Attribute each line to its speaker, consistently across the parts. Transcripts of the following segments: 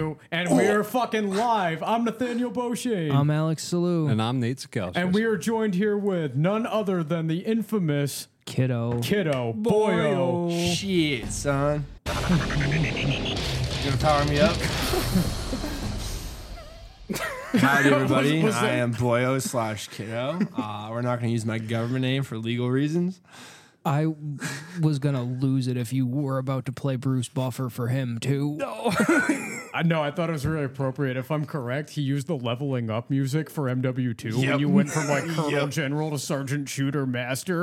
Speaker 1: Oh.
Speaker 2: And we're fucking live. I'm Nathaniel Beauchamp.
Speaker 3: I'm Alex Salou.
Speaker 4: And I'm Nate Sikowski.
Speaker 2: and we are joined here with none other than the infamous
Speaker 3: Kiddo.
Speaker 2: kiddo, Boyo.
Speaker 1: Shit, son. you gonna power me up? Hi, everybody.
Speaker 2: Was- was
Speaker 1: I
Speaker 2: that-
Speaker 1: am Boyo slash Kiddo. Uh, we're not gonna use my government name for legal reasons.
Speaker 3: I w- was gonna lose it if you were about to play Bruce Buffer for him too. No.
Speaker 2: I know, I thought it was really appropriate. If I'm correct, he used the leveling up music for MW2 when
Speaker 1: Yep.
Speaker 2: you went from like Colonel
Speaker 1: Yep.
Speaker 2: General to Sergeant Shooter Master.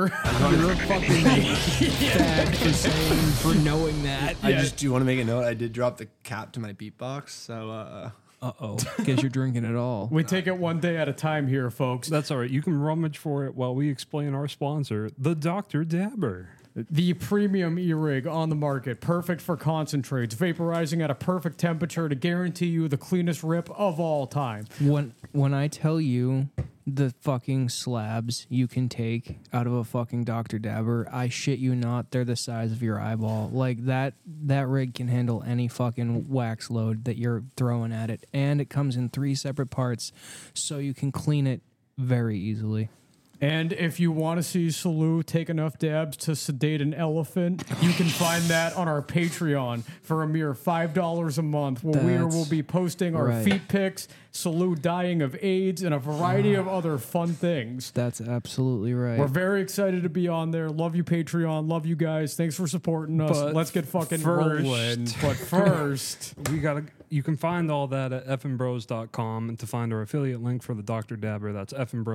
Speaker 3: You're fucking bad for saying for knowing that.
Speaker 1: I just do want to make a note. I did drop the cap to my beatbox, so uh,
Speaker 3: Uh oh. Guess you're drinking it all.
Speaker 2: we take it one day at a time here, folks.
Speaker 4: That's all right. You can rummage for it while we explain our sponsor, the Dr. Dabber.
Speaker 2: The premium e rig on the market, perfect for concentrates, vaporizing at a perfect temperature to guarantee you the cleanest rip of all time.
Speaker 3: When when I tell you the fucking slabs you can take out of a fucking Dr. Dabber, I shit you not, they're the size of your eyeball. Like that that rig can handle any fucking wax load that you're throwing at it. And it comes in three separate parts, so you can clean it very easily.
Speaker 2: And if you want to see Salu take enough dabs to sedate an elephant, you can find that on our Patreon for a mere five dollars a month, where we
Speaker 3: That's
Speaker 2: will be posting our
Speaker 3: right.
Speaker 2: feet pics, Salu dying of AIDS, and a variety of other fun things.
Speaker 3: That's absolutely right.
Speaker 2: We're very excited to be on there. Love you, Patreon. Love you guys. Thanks for supporting us.
Speaker 4: But
Speaker 2: Let's get fucking
Speaker 4: first-
Speaker 2: rolling. But first,
Speaker 4: We gotta you can find all that at fmbros.com and to find our affiliate link for the Dr. Dabber, that's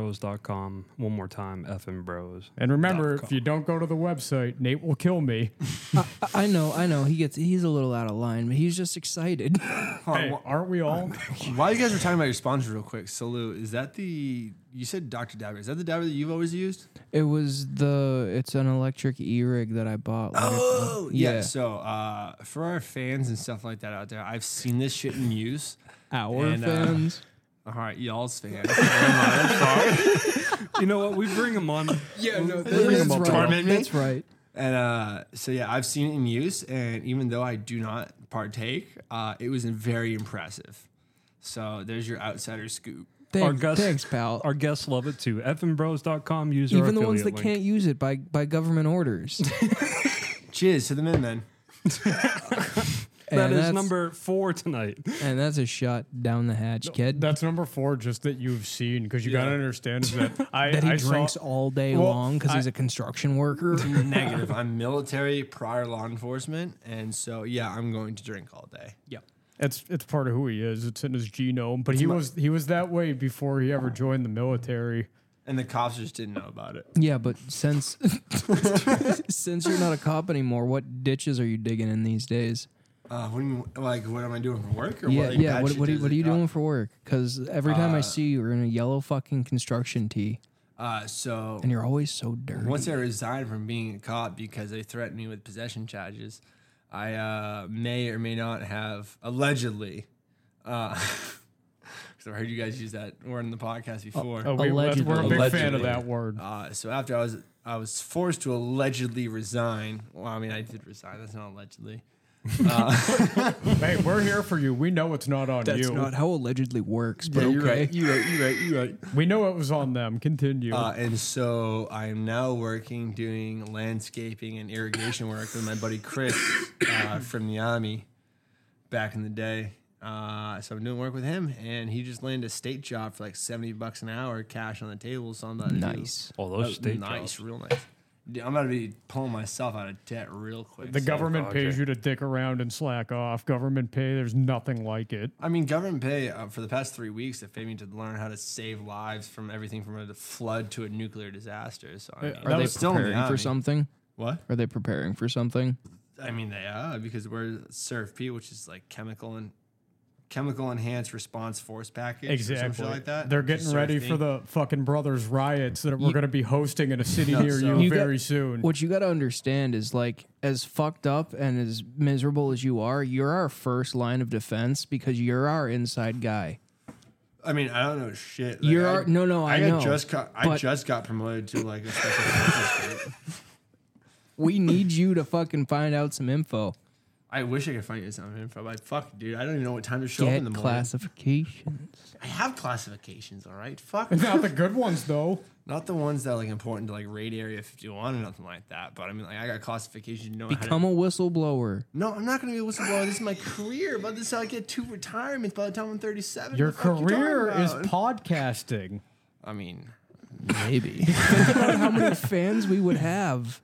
Speaker 4: fmbros.com. One more time, fmbros.
Speaker 2: and remember, if you don't go to the website, Nate will kill me.
Speaker 3: I know, I know. He gets he's a little out of line, but he's just excited.
Speaker 2: Hey, aren't we all?
Speaker 1: while you guys were talking about your sponsor, real quick, Salute, is that the you said Dr. Dabber? Is that the dabber that you've always used?
Speaker 3: it was the it's an electric e rig that I bought. later.
Speaker 1: Oh yeah.
Speaker 3: Yeah.
Speaker 1: So uh, for our fans and stuff like that out there, I've seen this shit in use.
Speaker 3: Our
Speaker 1: And, uh,
Speaker 3: fans.
Speaker 1: All right, y'all's fans. I'm sorry.
Speaker 4: You know what? We bring them on.
Speaker 1: yeah, no,
Speaker 3: That's right. That's right.
Speaker 1: And uh, so yeah, I've seen it in use, and even though I do not partake, uh, it was very impressive. So there's your outsider scoop.
Speaker 4: Our
Speaker 3: Thanks,
Speaker 4: guest,
Speaker 3: thanks pal.
Speaker 4: Our guests love it too. fmbros.com user
Speaker 3: Even the ones that
Speaker 4: link.
Speaker 3: can't use it by, by government orders.
Speaker 1: Cheers to the men, men.
Speaker 3: and
Speaker 4: That is
Speaker 3: that's-
Speaker 4: number four tonight.
Speaker 3: And that's a shot down the hatch, kid.
Speaker 2: That's number four, just that you've seen, because you gotta understand is that I,
Speaker 3: that he
Speaker 2: I
Speaker 3: drinks
Speaker 2: saw,
Speaker 3: all day
Speaker 2: Well,
Speaker 3: long because he's
Speaker 2: I-
Speaker 3: a construction worker.
Speaker 1: Negative. I'm military, prior law enforcement, and so yeah, I'm going to drink all day. Yep.
Speaker 2: it's it's part of who he is. It's in his genome, but he was he was that way before he ever joined the military.
Speaker 1: And the cops just didn't know about it.
Speaker 3: yeah, but since since you're not a cop anymore, what ditches are you digging in these days?
Speaker 1: Uh, what do you mean, like? What am I doing for work? Or
Speaker 3: Yeah,
Speaker 1: what, like,
Speaker 3: yeah.
Speaker 1: bad
Speaker 3: What,
Speaker 1: shit
Speaker 3: what, are,
Speaker 1: does Uh,
Speaker 3: what are
Speaker 1: the
Speaker 3: you
Speaker 1: cop-
Speaker 3: doing for work? Because every time I see you, you're in a yellow fucking construction tee,
Speaker 1: Uh, so
Speaker 3: and you're always so dirty.
Speaker 1: Once I resigned from being a cop because they threatened me with possession charges, I uh, may or may not have allegedly. Because I've heard you guys use that word in the
Speaker 3: Oh,
Speaker 1: podcast before.
Speaker 2: Uh, we, that's- we're a big fan of
Speaker 1: Allegedly.
Speaker 2: that word.
Speaker 1: Uh, so after I was, I was forced to allegedly resign. Well, I mean, I did resign. That's not allegedly.
Speaker 2: hey, we're here for you. We know it's not on
Speaker 3: That's
Speaker 2: you.
Speaker 3: not how allegedly works, but okay.
Speaker 1: You're right. You're right. You're right.
Speaker 2: we know it was on them. Continue.
Speaker 1: Uh, and so I am now working doing landscaping and irrigation work with my buddy Chris uh, from the Army back in the day. Uh, so I'm doing work with him, and he just landed a state job for like 70 bucks an hour, cash on the table. So I'm about to do-
Speaker 3: Nice.
Speaker 4: All those
Speaker 1: Uh,
Speaker 4: state
Speaker 1: nice,
Speaker 4: jobs.
Speaker 1: real nice. Dude, I'm about to be pulling myself out of debt real quick.
Speaker 2: the
Speaker 1: so-
Speaker 2: government
Speaker 4: okay.
Speaker 2: pays you to dick around and slack off. Government pay, there's nothing like it.
Speaker 1: I mean, government pay uh, for the past three weeks have paid me to learn how to save lives from everything from a flood to a nuclear disaster. So I mean,
Speaker 2: That
Speaker 3: Are they
Speaker 2: was
Speaker 1: still in the
Speaker 3: preparing for
Speaker 1: Army.
Speaker 3: something?
Speaker 1: What?
Speaker 3: Are they preparing for something?
Speaker 1: I mean, they are because we're CERF-P, which is like chemical and chemical enhanced response force package, or some
Speaker 2: Exactly.
Speaker 1: shit like that.
Speaker 2: They're
Speaker 1: which is
Speaker 2: getting ready
Speaker 1: CERF-P.
Speaker 2: for the fucking brothers riots that we're going to be hosting in a city near
Speaker 1: so-
Speaker 2: you,
Speaker 3: You got-
Speaker 2: very soon.
Speaker 3: What you got to understand is like as fucked up and as miserable as you are, you're our first line of defense because you're our inside guy.
Speaker 1: I mean, I don't know shit.
Speaker 3: You're
Speaker 1: I,
Speaker 3: our- no, no, I
Speaker 1: got
Speaker 3: know,
Speaker 1: Just got, I
Speaker 3: but-
Speaker 1: just got promoted to like a special forces group.
Speaker 3: We need you to fucking find out some info.
Speaker 1: I wish I could find you some info. Like, fuck, dude, I don't even know what time to show up in the
Speaker 3: Get
Speaker 1: morning.
Speaker 3: classifications.
Speaker 1: I have classifications, all right? Fuck.
Speaker 2: Not the good ones though.
Speaker 1: Not the ones that are like important to like Raid Area 51 or nothing like that. But I mean, like, I got classification to know how to
Speaker 3: Become a whistleblower.
Speaker 1: No, I'm not going to be a whistleblower. This is my career. About this, is how I get two retirements by the time I'm 37.
Speaker 2: Your
Speaker 1: The fuck you talking
Speaker 2: career is
Speaker 1: about?
Speaker 2: podcasting.
Speaker 1: I mean, maybe.
Speaker 3: How many fans we would have.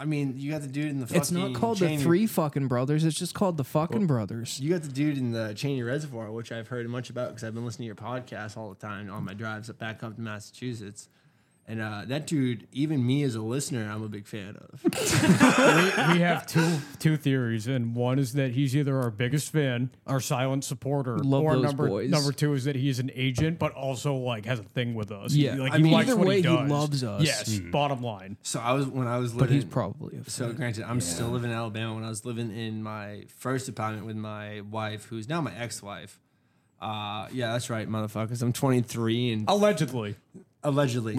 Speaker 1: I mean, you got the dude in the. Fucking
Speaker 3: It's not called the
Speaker 1: Cheney-
Speaker 3: three fucking brothers. It's just called the fucking brothers.
Speaker 1: You got the dude in the Cheney Reservoir, which I've heard much about because I've been listening to your podcast all the time on my drives back up to Massachusetts. And uh, that dude, even me as a listener, I'm a big fan of.
Speaker 2: we have two two theories, and one is that he's either our biggest fan, our silent supporter,
Speaker 3: Love
Speaker 2: or
Speaker 3: those
Speaker 2: number
Speaker 3: boys.
Speaker 2: number two is that he's an agent, but also like has a thing with us.
Speaker 3: Yeah,
Speaker 2: like,
Speaker 3: I
Speaker 2: he
Speaker 3: mean,
Speaker 2: likes
Speaker 3: either
Speaker 2: what
Speaker 3: way,
Speaker 2: he,
Speaker 3: he
Speaker 2: does.
Speaker 3: loves us. Mm-hmm.
Speaker 2: Yes, bottom line.
Speaker 1: So I was when I was living.
Speaker 3: But he's probably a
Speaker 1: So granted, I'm still living in Alabama. When I was living in my first apartment with my wife, who's now my ex-wife. Uh, yeah, that's right, motherfuckers. I'm 23
Speaker 2: Oh.
Speaker 1: and
Speaker 2: Allegedly,
Speaker 1: allegedly.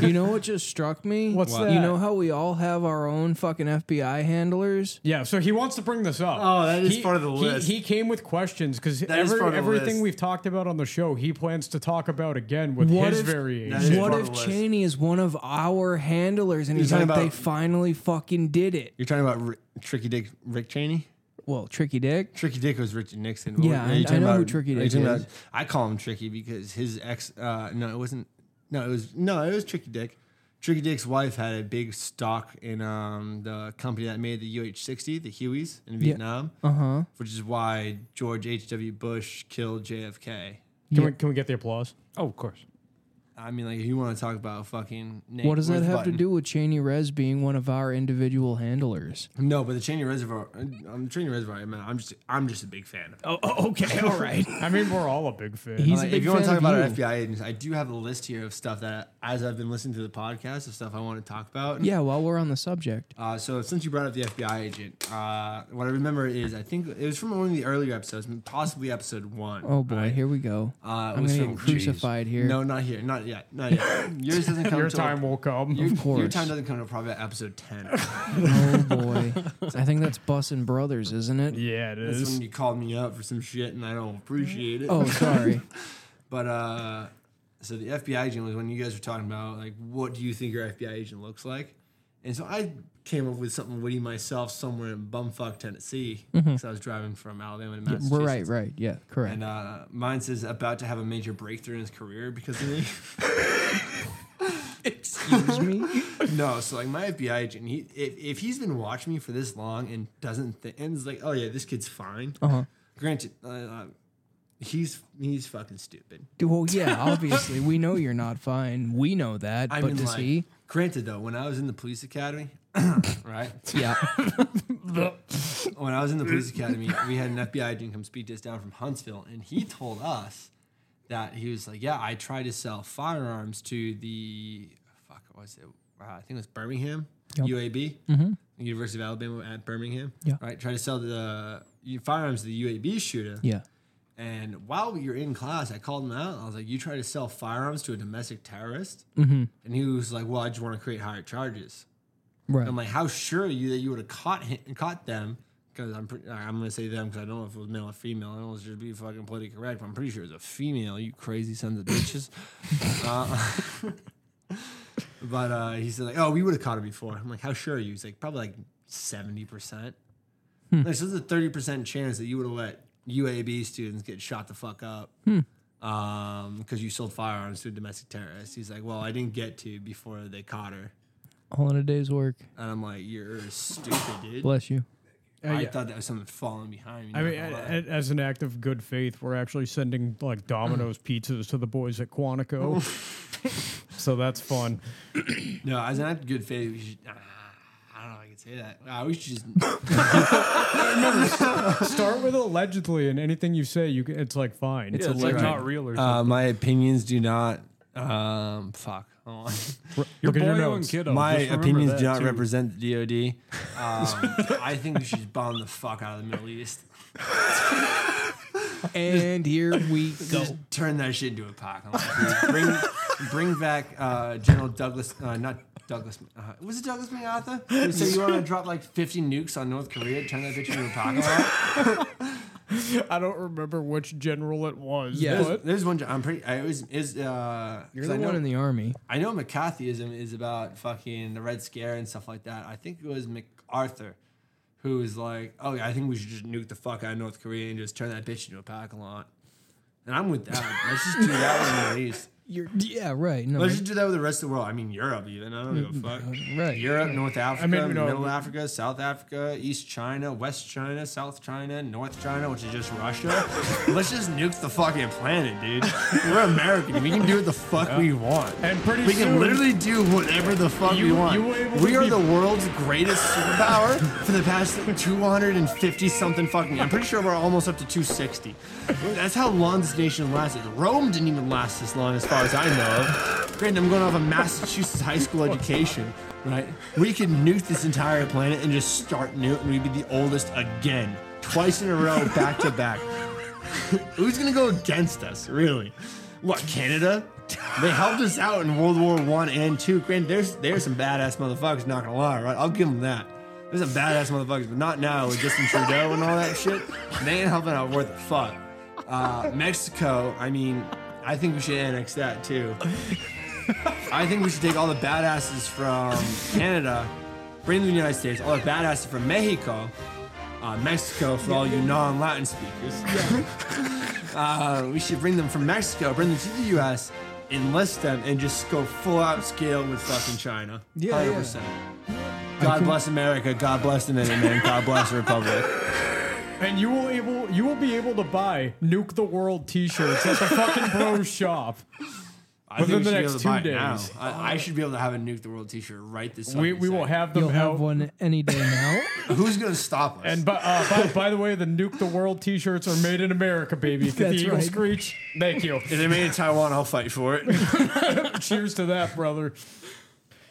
Speaker 3: You know what just struck me?
Speaker 2: What's What?
Speaker 3: You
Speaker 2: that?
Speaker 3: know how we all have our own fucking FBI handlers?
Speaker 2: yeah. So he wants to bring this up.
Speaker 1: Oh, that is
Speaker 2: He-
Speaker 1: part of the
Speaker 2: he-
Speaker 1: list.
Speaker 2: He, came with questions because
Speaker 1: is part of the
Speaker 2: everything
Speaker 1: list.
Speaker 2: we've talked about on the show, he plans to talk about again with
Speaker 3: What
Speaker 2: his
Speaker 3: if,
Speaker 1: That
Speaker 2: variation.
Speaker 1: is
Speaker 3: what
Speaker 1: part
Speaker 3: if
Speaker 1: of the list.
Speaker 3: Cheney is one of our handlers and he's like,
Speaker 1: talking
Speaker 3: they
Speaker 1: about-
Speaker 3: finally fucking did it?
Speaker 1: You're talking about Ri Tricky Dick, Rick Cheney.
Speaker 3: Well, Tricky Dick.
Speaker 1: Tricky Dick was Richard Nixon.
Speaker 3: Yeah,
Speaker 1: Are you
Speaker 3: I-
Speaker 1: talking
Speaker 3: I know who Tricky
Speaker 1: are you
Speaker 3: Dick
Speaker 1: talking about-
Speaker 3: is.
Speaker 1: I call him Tricky because his ex. Uh, no, it wasn't. No, it was no, it was Tricky Dick. Tricky Dick's wife had a big stock in um, the company that made the UH-60, the Hueys in Vietnam, uh-huh. which is why George H.W. Bush killed JFK.
Speaker 2: Can we can we get the applause?
Speaker 4: Oh, of course.
Speaker 1: I mean, like, if you want to talk about fucking... Nate
Speaker 3: What does that have
Speaker 1: Worthbutton-
Speaker 3: to do with Cheney Rez being one of our individual handlers?
Speaker 1: No, but the Cheney Reservoir... I'm the Cheney Reservoir, man. I'm just, I'm just a big fan of
Speaker 3: Oh, okay, all right.
Speaker 2: I mean, we're all a big fan.
Speaker 3: He's a
Speaker 1: Like,
Speaker 3: big
Speaker 1: if you want to
Speaker 3: fan
Speaker 1: talk
Speaker 3: of
Speaker 1: about our
Speaker 3: you.
Speaker 1: FBI agents, I do have a list here of stuff that, as I've been listening to the podcast, of stuff I want to talk about.
Speaker 3: yeah, while we're on the subject,
Speaker 1: Uh, so since you brought up the FBI agent, uh, what I remember is I think it was from one of the earlier episodes, possibly episode one.
Speaker 3: oh boy,
Speaker 1: right?
Speaker 3: here we go.
Speaker 1: Uh, it
Speaker 3: I'm
Speaker 1: was
Speaker 3: gonna
Speaker 1: from-
Speaker 3: get crucified here.
Speaker 1: No, not here, not yet, not yet. Yours doesn't come.
Speaker 2: Your
Speaker 1: till-
Speaker 2: time will come.
Speaker 1: Your, your
Speaker 3: course.
Speaker 1: time doesn't come to probably episode ten.
Speaker 3: Oh boy, I think that's Bussin' Brothers, isn't it?
Speaker 2: yeah, it
Speaker 1: That's
Speaker 2: is.
Speaker 1: when you called me up for some shit, and I don't appreciate it.
Speaker 3: Oh, sorry.
Speaker 1: But uh, so the FBI agent was when you guys were talking about like what do you think your FBI agent looks like, and so I came up with something witty myself somewhere in bumfuck Tennessee because I was driving from Alabama to Massachusetts.
Speaker 3: Mm-hmm. we're right, right. Yeah, correct.
Speaker 1: And uh, mine says about to have a major breakthrough in his career because of me.
Speaker 3: Excuse me.
Speaker 1: no, so like my FBI agent, he if, if he's been watching me for this long and doesn't think and is like, oh yeah, this kid's fine.
Speaker 3: Uh-huh.
Speaker 1: Granted, uh, uh, he's he's fucking stupid.
Speaker 3: Dude, Well, yeah, obviously we know you're not fine. We know that,
Speaker 1: I
Speaker 3: but
Speaker 1: mean,
Speaker 3: to
Speaker 1: like,
Speaker 3: see,
Speaker 1: granted though, when I was in the police academy, right?
Speaker 3: yeah,
Speaker 1: When I was in the police academy, we had an FBI agent come speak to us down from Huntsville, and he told us that he was like, "Yeah, I tried to sell firearms to the fuck what was it? Uh, I think it was Birmingham UAB, the University of Alabama at Birmingham.
Speaker 3: Mm-hmm. Yeah.
Speaker 1: right. Tried to sell the uh, firearms to the UAB shooter.
Speaker 3: yeah.
Speaker 1: And while you're in class, I called him out. I was like, "You try to sell firearms to a domestic terrorist?" Mm-hmm. And he was like, "Well, I just want to create higher charges."
Speaker 3: Right.
Speaker 1: I'm like, "How sure are you that you would have caught him, caught them?" Because I'm pretty, I'm gonna say them because I don't know if it was male or female. I don't know, just be fucking politically correct. But I'm pretty sure it was a female. You crazy sons of bitches. uh, but uh, he said like, "Oh, we would have caught him before." I'm like, "How sure are you?" He's like, "Probably like seventy percent." Like, so there's a thirty percent chance that you would have let UAB students get shot the fuck up because you sold firearms to a domestic terrorist. He's like, "Well, I didn't get to before they caught her,"
Speaker 3: All in a day's work.
Speaker 1: and I'm like, "You're stupid, dude."
Speaker 3: Bless you.
Speaker 1: I thought that was something falling behind me.
Speaker 2: uh, I
Speaker 1: not
Speaker 2: mean,
Speaker 1: gonna
Speaker 2: a-
Speaker 1: lie.
Speaker 2: a- as an act of good faith, we're actually sending like Domino's pizzas to the boys at Quantico. so that's fun.
Speaker 1: no, I was not good faith. We should, ah, I don't know. if I can say that. Ah, we should just.
Speaker 2: Start with allegedly, and anything you say, you c- it's like fine.
Speaker 4: It's like
Speaker 1: right.
Speaker 4: not real or something.
Speaker 1: Uh, my opinions do not. Um, fuck. Hold on.
Speaker 2: Look
Speaker 4: the
Speaker 2: at your
Speaker 4: boyo and
Speaker 2: notes.
Speaker 4: kiddo.
Speaker 1: My
Speaker 4: just remember
Speaker 1: opinions
Speaker 4: that,
Speaker 1: do not
Speaker 4: too.
Speaker 1: represent the DOD. Um, I think we should bomb the fuck out of the Middle East.
Speaker 3: And here we go.
Speaker 1: Just turn that shit into a apocalypse. dude. bring, bring back uh, General Douglas. Uh, not Douglas, uh, was it Douglas Miata? Who said you want to drop like 50 nukes on North Korea, turn that bitch into a parking lot?
Speaker 2: I don't remember which general it was.
Speaker 3: Yeah.
Speaker 1: There's,
Speaker 2: but
Speaker 1: there's one. I'm pretty. I was is. Uh, 'cause
Speaker 3: You're the
Speaker 1: I know,
Speaker 3: one in the army.
Speaker 1: I know McCarthyism is about fucking the Red Scare and stuff like that. I think it was MacArthur who was like, "Oh, yeah, I think we should just nuke the fuck out of North Korea and just turn that bitch into a parking lot." And I'm with that. Let's just do that with the Middle East.
Speaker 3: You're yeah, right. No,
Speaker 1: Let's just do that with the rest of the world. I mean, Europe even. I don't give a fuck.
Speaker 3: right.
Speaker 1: Europe, North Africa,
Speaker 2: mean, we know-
Speaker 1: Middle Africa, South Africa, East China, West China, South China, North China, which is just Russia. Let's just nuke the fucking planet, dude. We're American. We can do what the fuck we want.
Speaker 2: And pretty
Speaker 1: we
Speaker 2: soon-
Speaker 1: can literally do whatever the fuck we
Speaker 2: You-
Speaker 1: want.
Speaker 2: you were able
Speaker 1: we
Speaker 2: to
Speaker 1: are
Speaker 2: be-
Speaker 1: the world's greatest superpower for the past 250 something fucking. I'm pretty sure we're almost up to 260. That's how long this nation lasted. Rome didn't even last this long, as far as I know of. Granted, I'm going off a Massachusetts high school education, right? We could nuke this entire planet and just start new, and we'd be the oldest again, twice in a row, back to back. Who's gonna go against us, really? What Canada? They helped us out in World War One and Two. Granted, there's there's some badass motherfuckers. Not gonna lie, right? I'll give them that. There's some badass motherfuckers, but not now with Justin Trudeau and all that shit. They ain't helping out worth a fuck. Uh, Mexico, I mean, I think we should annex that too. I think we should take all the badasses from Canada, bring them to the United States. All the badasses from Mexico, uh, Mexico for all you non-Latin speakers. Uh, we should bring them from Mexico, bring them to the U.S., enlist them, and just go full out scale with fucking China.
Speaker 3: Yeah, yeah.
Speaker 1: 100%. God bless America. God bless the minute, man. God bless the republic.
Speaker 2: and you will able you will be able to buy nuke the world T-shirts at the fucking bro shop.
Speaker 1: I
Speaker 2: Within
Speaker 1: think we
Speaker 2: the
Speaker 1: should be
Speaker 2: next
Speaker 1: able to buy
Speaker 2: two
Speaker 1: it now.
Speaker 2: days.
Speaker 1: I, I should be able to have a nuke the world T-shirt right this.
Speaker 2: We
Speaker 1: fucking
Speaker 2: we will
Speaker 1: second.
Speaker 2: have them
Speaker 3: You'll
Speaker 2: out.
Speaker 3: have one any day now.
Speaker 1: Who's gonna stop us?
Speaker 2: And by, uh, by, by the way, the Nuke the World T-shirts are made in America, baby. Get
Speaker 3: That's
Speaker 2: the Eagle
Speaker 3: right.
Speaker 2: screech. Thank you.
Speaker 1: if they made it in Taiwan, I'll fight for it.
Speaker 2: Cheers to that, brother.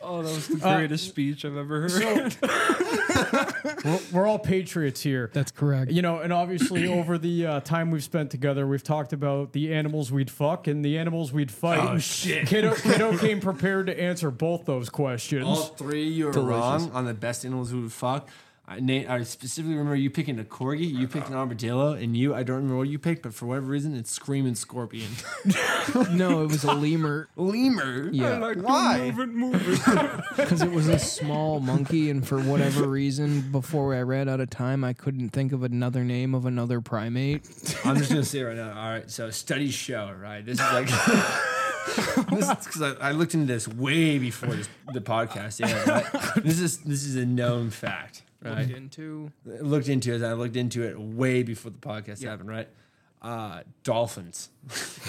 Speaker 4: Oh, that was the greatest speech I've ever heard.
Speaker 2: We're, we're all patriots here.
Speaker 3: That's correct.
Speaker 2: You know, and obviously over the uh, time we've spent together, we've talked about the animals we'd fuck and the animals we'd fight.
Speaker 1: Oh, shit.
Speaker 2: Kiddo, Kiddo came prepared to answer both those questions.
Speaker 1: All three, you were wrong on the best animals we would fuck. I, Nate, I specifically remember you picking a corgi, you picked an armadillo, and you, I don't remember what you picked, but for whatever reason, it's screaming scorpion.
Speaker 3: no, it was a lemur
Speaker 1: Lemur?
Speaker 3: Yeah.
Speaker 1: Why?
Speaker 4: Move it, move it.
Speaker 3: because it was a small monkey, and for whatever reason, before I ran out of time, I couldn't think of another name of another primate.
Speaker 1: I'm just gonna say it right now. All right, so studies show, right? This is like this is because I, I looked into this way before this, the podcast. Yeah, right? this is this is a known fact, right?
Speaker 3: into
Speaker 1: I looked into it. I looked into it way before the podcast happened, right? Uh, dolphins.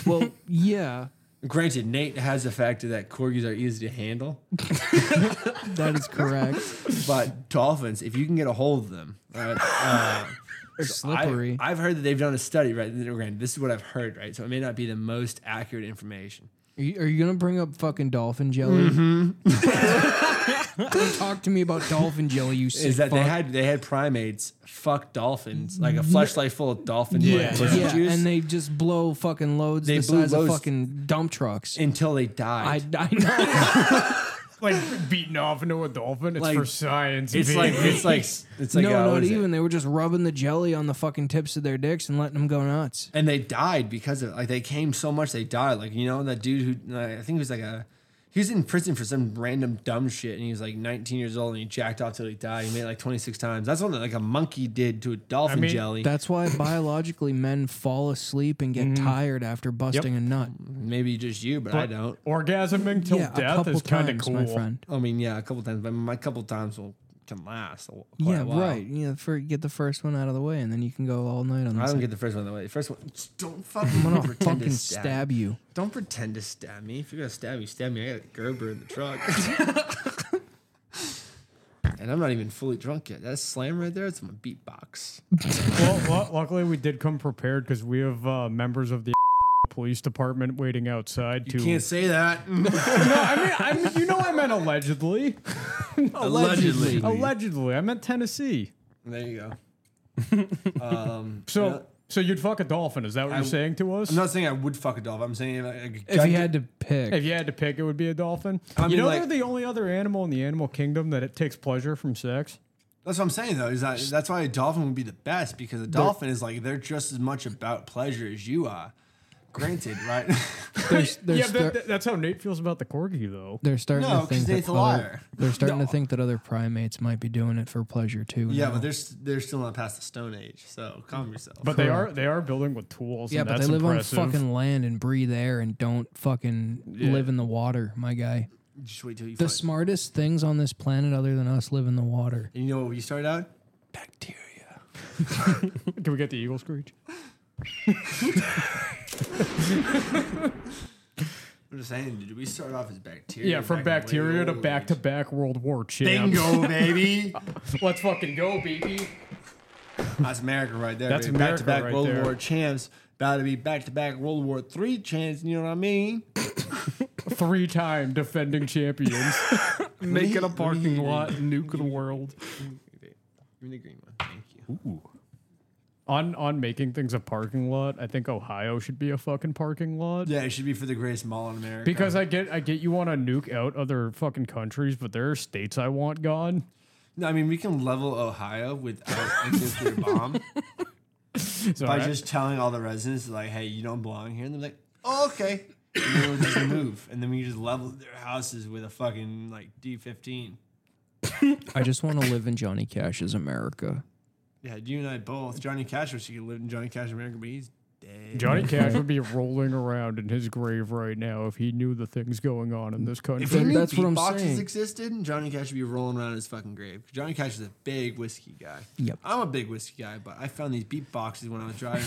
Speaker 3: well, yeah,
Speaker 1: Granted, Nate has the factor that corgis are easy to handle,
Speaker 3: that is correct.
Speaker 1: but dolphins, if you can get a hold of them, right? Uh,
Speaker 3: They're slippery.
Speaker 1: I, have heard that they've done a study, right? Granted, this is what I've heard, right? So it may not be the most accurate information.
Speaker 3: Are you, are you gonna bring up fucking dolphin jelly? Don't talk to me about dolphin jelly, you sick
Speaker 1: Mm-hmm. is that
Speaker 3: fuck. Mm-hmm.
Speaker 1: they had they had primates fuck dolphins like a fleshlight full of dolphin yeah.
Speaker 3: yeah, and they just blow fucking loads
Speaker 1: They
Speaker 3: the
Speaker 1: blew
Speaker 3: size
Speaker 1: loads.
Speaker 3: of fucking dump trucks.
Speaker 1: until they
Speaker 3: I,
Speaker 1: died.
Speaker 3: I know.
Speaker 2: like beating off into a dolphin. It's
Speaker 1: Like,
Speaker 2: for science.
Speaker 1: it's like
Speaker 2: baby.
Speaker 1: it's like it's like
Speaker 3: no,
Speaker 1: uh, what
Speaker 3: not
Speaker 1: is it?
Speaker 3: even. They were just rubbing the jelly on the fucking tips of their dicks and letting them go nuts.
Speaker 1: and they died because of it. like they came so much they died. Like you know that dude who I think he was like a he was in prison for some random dumb shit and he was like 19 years old and he jacked off till he died. He made it like 26 times. That's what like a monkey did to a dolphin
Speaker 2: mean,
Speaker 1: jelly.
Speaker 3: That's why biologically men fall asleep and get
Speaker 1: Mm-hmm.
Speaker 3: tired after busting a nut.
Speaker 1: Maybe just you, but, I don't.
Speaker 2: Orgasming till
Speaker 3: yeah, a
Speaker 2: death
Speaker 3: couple
Speaker 2: is kind of
Speaker 3: times,
Speaker 2: cool.
Speaker 3: my friend.
Speaker 1: I mean, yeah, a couple times, but my couple times will can last. a- Quite
Speaker 3: Yeah,
Speaker 1: a while.
Speaker 3: right. Yeah, for, get the first one out of the way, and then you can go all night on
Speaker 1: I
Speaker 3: this.
Speaker 1: don't
Speaker 3: thing.
Speaker 1: get the first one that way. The first one, just don't fucking
Speaker 3: I'm gonna
Speaker 1: pretend
Speaker 3: fucking
Speaker 1: to stab.
Speaker 3: stab you.
Speaker 1: Don't pretend to stab me. If you're gonna stab me, stab me. I got a Gerber in the truck. and I'm not even fully drunk yet. That slam right there, it's my beatbox.
Speaker 2: Well, lu- luckily we did come prepared because we have uh, members of the police department waiting outside to.
Speaker 1: say that.
Speaker 2: No, I mean, I mean, you know, I meant allegedly.
Speaker 1: Allegedly.
Speaker 2: allegedly, I meant Tennessee.
Speaker 1: There you go.
Speaker 2: So,
Speaker 1: Yeah.
Speaker 2: So you'd fuck a dolphin? Is that what
Speaker 1: I-
Speaker 2: you're saying to us?
Speaker 1: I'm not saying I would fuck a dolphin. I'm saying like,
Speaker 3: If you had to pick,
Speaker 2: if you had to pick, it would be a dolphin.
Speaker 1: I
Speaker 2: you
Speaker 1: mean,
Speaker 2: know
Speaker 1: like-
Speaker 2: they're the only other animal in the animal kingdom that it takes pleasure from sex.
Speaker 1: That's what I'm saying though. Is that that's why a dolphin would be the best because a dolphin is like they're just as much about pleasure as you are. Granted, right?
Speaker 3: there's, there's
Speaker 2: yeah,
Speaker 3: thir-
Speaker 2: but th- that's how Nate feels about the corgi, though.
Speaker 3: they're starting
Speaker 1: No,
Speaker 3: to
Speaker 1: 'cause
Speaker 3: think
Speaker 1: Nate's
Speaker 3: that
Speaker 1: a
Speaker 3: other-
Speaker 1: liar.
Speaker 3: they're starting
Speaker 1: No.
Speaker 3: to think that other primates might be doing it for pleasure too.
Speaker 1: yeah,
Speaker 3: now.
Speaker 1: but they're s- they're still not past the Stone Age, so calm yourself.
Speaker 2: But they are they are building with tools.
Speaker 3: yeah,
Speaker 2: and
Speaker 3: but they
Speaker 2: that's
Speaker 3: live
Speaker 2: impressive.
Speaker 3: on fucking land and breathe air and don't fucking live in the water, my guy.
Speaker 1: just wait till you.
Speaker 3: The
Speaker 1: fight.
Speaker 3: smartest things on this planet, other than us, live in the water.
Speaker 1: you know what we started out? Bacteria.
Speaker 2: Can we get the eagle screech?
Speaker 1: I'm just saying, dude. We started off as bacteria.
Speaker 2: Yeah, from
Speaker 1: back in the
Speaker 2: bacteria
Speaker 1: way
Speaker 2: to
Speaker 1: old
Speaker 2: back to
Speaker 1: days.
Speaker 2: back World War champs.
Speaker 1: Bingo, baby.
Speaker 2: Let's fucking go, baby.
Speaker 1: That's America right there.
Speaker 2: That's
Speaker 1: baby.
Speaker 2: America
Speaker 1: back to back
Speaker 2: right
Speaker 1: World
Speaker 2: there.
Speaker 1: War champs. About to be back to back World War Three champs. You know what I mean?
Speaker 2: Three time defending champions.
Speaker 4: Make it a parking lot, nuke the world.
Speaker 1: Give me the green one. Thank you.
Speaker 2: on on making things a parking lot, I think Ohio should be a fucking parking lot.
Speaker 1: Yeah, it should be for the greatest mall in America.
Speaker 2: Because I get I get you want to nuke out other fucking countries, but there are states I want gone.
Speaker 1: No, I mean we can level Ohio without a nuclear bomb
Speaker 2: So
Speaker 1: by
Speaker 2: I-
Speaker 1: just telling all the residents like, "Hey, you don't belong here," and they're like, "Oh, okay," and then we'll just move, and then we just level their houses with a fucking like D fifteen.
Speaker 3: I just want to live in Johnny Cash's America.
Speaker 1: Yeah, you and I both. Johnny Cash wish he could live in Johnny Cash America, but he's dead.
Speaker 2: Johnny Cash would be rolling around in his grave right now if he knew the things going on in this country.
Speaker 1: if he knew
Speaker 3: That's what I'm
Speaker 1: beatboxes
Speaker 3: saying.
Speaker 1: existed, Johnny Cash would be rolling around in his fucking grave. Johnny Cash is a big whiskey guy.
Speaker 3: Yep.
Speaker 1: I'm a big whiskey guy, but I found these beatboxes when I was driving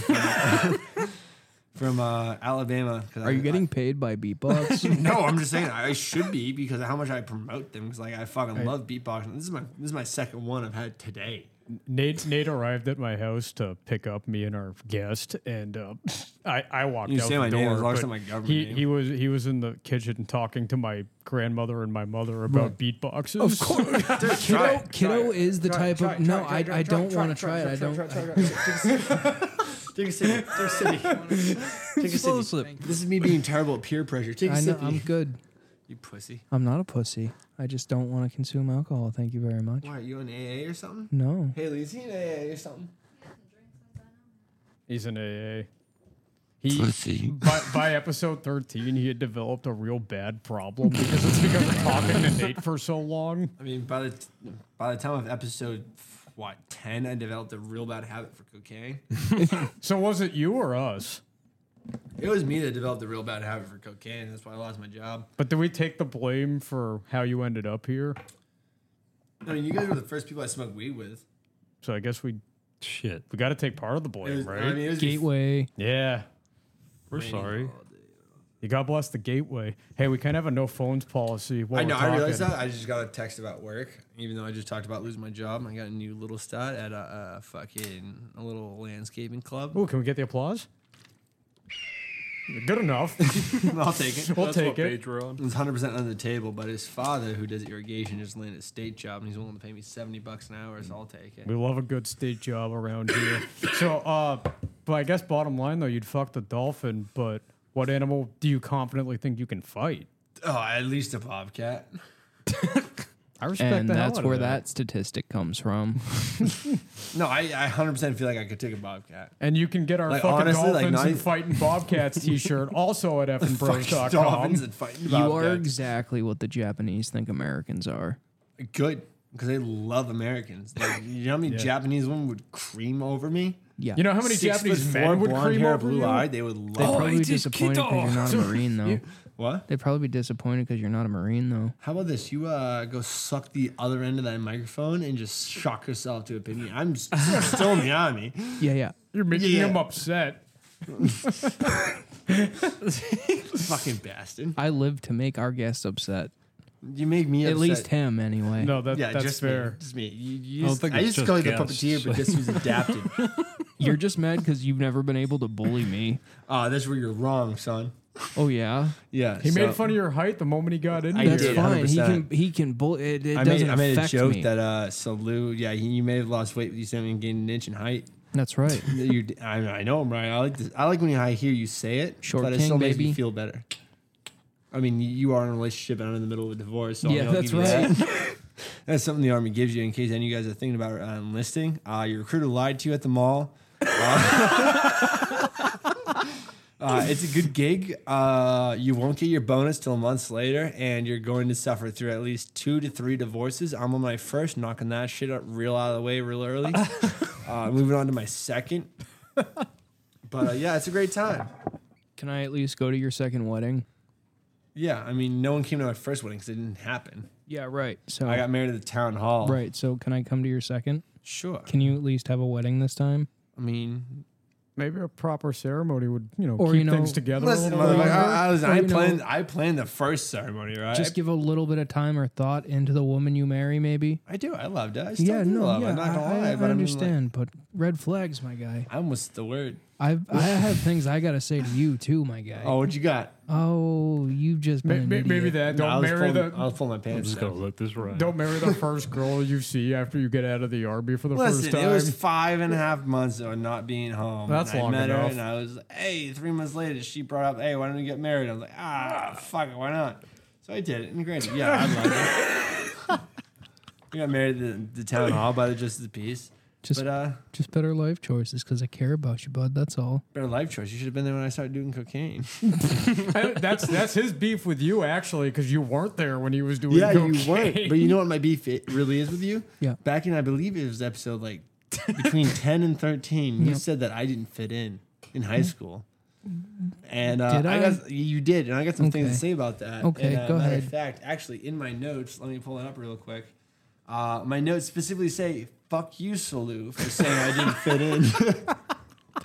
Speaker 1: from, from uh, Alabama. 'cause
Speaker 3: Are
Speaker 1: I-
Speaker 3: you
Speaker 1: I-
Speaker 3: getting paid by beatbox?
Speaker 1: no, I'm just saying I should be because of how much I promote them. Because like I fucking love beatboxing. This is my this is my second one I've had today.
Speaker 2: Nate Nate arrived at my house to pick up me and our guest, and uh, I I walked
Speaker 1: You
Speaker 2: out
Speaker 1: say
Speaker 2: the
Speaker 1: my
Speaker 2: door.
Speaker 1: name, it's always
Speaker 2: but
Speaker 1: my government
Speaker 2: he
Speaker 1: name.
Speaker 2: he was he was in the kitchen talking to my grandmother and my mother about beatboxes. Of course,
Speaker 1: Try
Speaker 3: Kiddo,
Speaker 1: it.
Speaker 3: kiddo is the type
Speaker 1: try
Speaker 3: of
Speaker 1: it,
Speaker 3: no. I,
Speaker 1: try it, try it,
Speaker 3: I
Speaker 1: try it,
Speaker 3: don't
Speaker 1: try
Speaker 3: want
Speaker 1: it,
Speaker 3: to try it. I don't.
Speaker 1: Take a sip. Take a sip. Take a
Speaker 3: Slow
Speaker 1: sip.
Speaker 3: slip.
Speaker 1: This is me being terrible at peer pressure. Take a
Speaker 3: I know.
Speaker 1: sip.
Speaker 3: I'm good.
Speaker 1: You pussy.
Speaker 3: I'm not a pussy. I just don't want to consume alcohol. Thank you very much.
Speaker 1: Why are you in AA or something?
Speaker 3: No.
Speaker 1: Haley, is he in AA or something?
Speaker 2: he's in AA. He by, by episode thirteen, he had developed a real bad problem because it's because of talking to Nate for so long.
Speaker 1: I mean, by the t- by the time of episode what ten, I developed a real bad habit for cocaine.
Speaker 2: So was it you or us?
Speaker 1: It was me that developed a real bad habit for cocaine. That's why I lost my job.
Speaker 2: But do we take the blame for how you ended up here?
Speaker 1: I mean, you guys were the first people I smoked weed with.
Speaker 2: So I guess we
Speaker 4: Shit,
Speaker 2: we got to take part of the
Speaker 1: It
Speaker 2: blame,
Speaker 1: was,
Speaker 2: right?
Speaker 1: I mean, it was bef-
Speaker 3: Gateway.
Speaker 2: yeah.
Speaker 4: we're sorry.
Speaker 2: You God bless the gateway. Hey, we can't have a no phones policy. While
Speaker 1: I know.
Speaker 2: We're talking.
Speaker 1: I realized that. I just got a text about work, even though I just talked about losing my job. I got a new little stat at a, a fucking a little landscaping club.
Speaker 2: Ooh, can we get the applause? Good enough.
Speaker 1: I'll take it.
Speaker 2: We'll take it.
Speaker 1: It's hundred percent under the table, but his father, who does irrigation, just landed a state job, and he's willing to pay me seventy bucks an hour, so I'll take it.
Speaker 2: We love a good state job around here. so, uh, but I guess bottom line though, you'd fuck the dolphin. But what animal do you confidently think you can fight?
Speaker 1: Oh, at least a bobcat.
Speaker 2: I respect
Speaker 3: And
Speaker 2: the hell
Speaker 3: that's
Speaker 2: out of
Speaker 3: where that statistic comes from.
Speaker 1: No, I I hundred percent feel like I could take a bobcat.
Speaker 2: And you can get our
Speaker 1: Like,
Speaker 2: fucking
Speaker 1: honestly, like,
Speaker 2: dolphins
Speaker 1: not
Speaker 2: and
Speaker 1: even-
Speaker 2: fighting bobcats T-shirt also at
Speaker 1: Fucking dolphins
Speaker 2: fnbros.com.
Speaker 1: and fighting
Speaker 3: You are
Speaker 1: bobcats.
Speaker 3: exactly what the Japanese think Americans are.
Speaker 1: good because they love Americans. Like, you know how many Japanese women would cream over me?
Speaker 3: Yeah.
Speaker 2: You know how many
Speaker 1: Six foot
Speaker 2: Japanese
Speaker 1: four,
Speaker 2: men would
Speaker 1: blonde
Speaker 2: cream
Speaker 1: hair,
Speaker 2: over
Speaker 1: blue
Speaker 2: you?
Speaker 1: eyed. They would
Speaker 3: They'd
Speaker 1: love.
Speaker 3: probably
Speaker 4: I
Speaker 3: be
Speaker 4: did
Speaker 3: disappointed because you're not a Marine, though.
Speaker 1: What?
Speaker 3: They'd probably be disappointed because you're not a Marine, though.
Speaker 1: How about this? You uh, go suck the other end of that microphone and just shock yourself to opinion. I'm s- still Miami.
Speaker 3: Yeah, yeah.
Speaker 2: You're making
Speaker 1: Yeah.
Speaker 2: him upset.
Speaker 1: Fucking bastard.
Speaker 3: I live to make our guests upset.
Speaker 1: You make me upset.
Speaker 3: At least him, anyway.
Speaker 2: No, that,
Speaker 1: Yeah,
Speaker 2: that's
Speaker 1: just
Speaker 2: fair.
Speaker 1: Me. Just me. You, you
Speaker 4: I don't
Speaker 1: just,
Speaker 4: think
Speaker 1: I
Speaker 4: it's
Speaker 1: used to
Speaker 4: just
Speaker 1: call you the
Speaker 4: guests.
Speaker 1: puppeteer, but this was adapted.
Speaker 3: You're just mad because you've never been able to bully me.
Speaker 1: Ah, that's where you're wrong, son.
Speaker 3: Oh yeah,
Speaker 1: Yeah.
Speaker 2: He made fun of your height the moment he got in
Speaker 1: I
Speaker 2: here.
Speaker 3: that's
Speaker 1: did,
Speaker 3: fine. He can
Speaker 1: 100%.
Speaker 3: he can bully. It, it
Speaker 1: I made,
Speaker 3: doesn't
Speaker 1: I made a
Speaker 3: affect
Speaker 1: joke
Speaker 3: me.
Speaker 1: that uh, Salou, yeah, he, you may have lost weight, but you still didn't gain an inch in height.
Speaker 3: That's right.
Speaker 1: You, d- I, I know I'm right. I like this. I like when I hear you say it,
Speaker 3: Short
Speaker 1: but it
Speaker 3: king,
Speaker 1: still makes
Speaker 3: baby.
Speaker 1: me feel better. I mean, you- you are in a relationship and I'm in the middle of a divorce, so
Speaker 3: Yeah,
Speaker 1: I mean, I'll
Speaker 3: that's
Speaker 1: give you that. that's something the army gives you in case any of you guys are thinking about uh, enlisting. Uh, your recruiter lied to you at the mall. Uh, uh, it's a good gig. Uh, you won't get your bonus till months later, and you're going to suffer through at least two to three divorces. I'm on my first, knocking that shit up real out of the way real early. uh, moving on to my second. But uh, yeah, it's a great time.
Speaker 3: Can I at least go to your second wedding?
Speaker 1: Yeah, I mean, no one came to my first wedding because it didn't happen.
Speaker 3: Yeah, right. So
Speaker 1: I got married at the town hall.
Speaker 3: right. So can I come to your second?
Speaker 1: Sure.
Speaker 3: Can you at least have a wedding this time?
Speaker 1: I mean,
Speaker 2: Maybe a proper ceremony would, you know,
Speaker 3: Or,
Speaker 2: keep
Speaker 3: you know,
Speaker 2: things together. a
Speaker 1: listen,
Speaker 2: little
Speaker 1: motherfucker,
Speaker 2: longer.
Speaker 1: I, I, was,
Speaker 3: Or,
Speaker 1: I
Speaker 3: you know-
Speaker 1: planned. I planned the first ceremony, right?
Speaker 3: Just give a little bit of time or thought into the woman you marry, maybe.
Speaker 1: I do. I loved it. I still do love it. I'm not gonna
Speaker 3: I,
Speaker 1: lie,
Speaker 3: I
Speaker 1: but I mean, like,
Speaker 3: understand, but red flags, my guy.
Speaker 1: I almost the word.
Speaker 3: I've I have things I gotta say to you too, my guy.
Speaker 1: Oh, what you got?
Speaker 3: Oh, you've just
Speaker 2: May-
Speaker 3: been an
Speaker 2: may-
Speaker 3: idiot.
Speaker 2: maybe that.
Speaker 1: I
Speaker 2: Don't
Speaker 1: was
Speaker 2: marry
Speaker 1: pulling,
Speaker 2: the
Speaker 1: I was pulling my pants.
Speaker 4: just
Speaker 1: down.
Speaker 4: gonna let this ride.
Speaker 2: Don't marry the first girl you see after you get out of the RV for the first
Speaker 1: Listen,
Speaker 2: time.
Speaker 1: it was five and a half months of not being home.
Speaker 2: That's
Speaker 1: and I
Speaker 2: long
Speaker 1: met her
Speaker 2: enough.
Speaker 1: and I was like, hey, three months later, she brought up, hey, why don't we get married? I was like, ah, fuck it, why not? So I did it. And granted, yeah, I loved it. we got married at the, the town hall by the Justice of Peace.
Speaker 3: Just-
Speaker 1: but uh,
Speaker 3: Just better life choices because I care about you, bud. That's all.
Speaker 1: better life choice. You should have been there when I started doing cocaine.
Speaker 2: I- that's that's his beef with you actually, because you weren't there when he was doing.
Speaker 1: yeah, you
Speaker 2: cocaine.
Speaker 1: weren't. But you know what my beef it really is with you?
Speaker 3: Yeah.
Speaker 1: Back in, I believe it was episode like between 10 and 13, you
Speaker 3: Yep. Mm-hmm.
Speaker 1: said that I didn't fit in in high school. And uh,
Speaker 3: Did
Speaker 1: I?
Speaker 3: I?
Speaker 1: got you did, and I got some things
Speaker 3: Okay.
Speaker 1: to say about that.
Speaker 3: Okay,
Speaker 1: and, uh,
Speaker 3: go
Speaker 1: matter Of
Speaker 3: ahead.
Speaker 1: fact, actually, in my notes, let me pull it up real quick. Uh, my notes specifically say "fuck you, Salu," for saying I didn't fit in.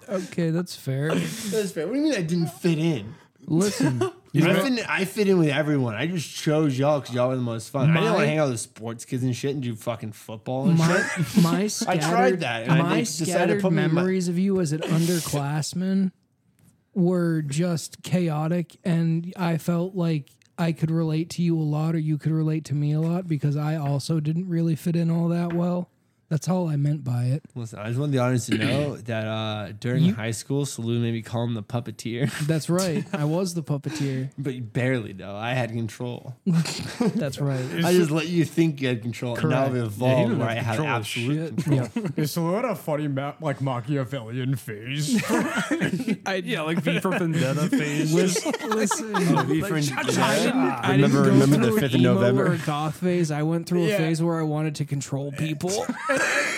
Speaker 3: Okay, that's fair.
Speaker 1: That's fair. What do you mean I didn't fit in?
Speaker 3: Listen,
Speaker 1: I, fit in, I fit in with everyone. I just chose y'all because y'all were the most fun. I didn't
Speaker 3: My-
Speaker 1: want to hang out with sports kids and shit and do fucking football and Oh, shit.
Speaker 3: my my scattered,
Speaker 1: that, and I
Speaker 3: my
Speaker 1: think decided to
Speaker 3: scattered
Speaker 1: put me in my-
Speaker 3: memories of you as an underclassman were just chaotic, and I felt like I could relate to you a lot, or you could relate to me a lot, because I also didn't really fit in all that well. That's all I meant by it.
Speaker 1: Listen, I just want the audience to know that uh, during high school, Salu made me call him the puppeteer,
Speaker 3: That's right. I was the puppeteer.
Speaker 1: but barely though. I had control.
Speaker 3: That's right.
Speaker 1: I just let you think you had control, and now I've
Speaker 3: Correct.
Speaker 4: Yeah, he
Speaker 1: evolved
Speaker 4: didn't
Speaker 1: where I
Speaker 4: have
Speaker 1: have
Speaker 4: control of
Speaker 1: absolute
Speaker 4: shit.
Speaker 1: control.
Speaker 3: Yeah.
Speaker 2: It's a lot of funny, ma- like Machiavellian phase.
Speaker 4: yeah, like V for Vendetta phase.
Speaker 3: Listen,
Speaker 1: I
Speaker 3: I didn't go through an emo Or a goth phase. I went through a
Speaker 2: Yeah.
Speaker 3: phase where I wanted to control people.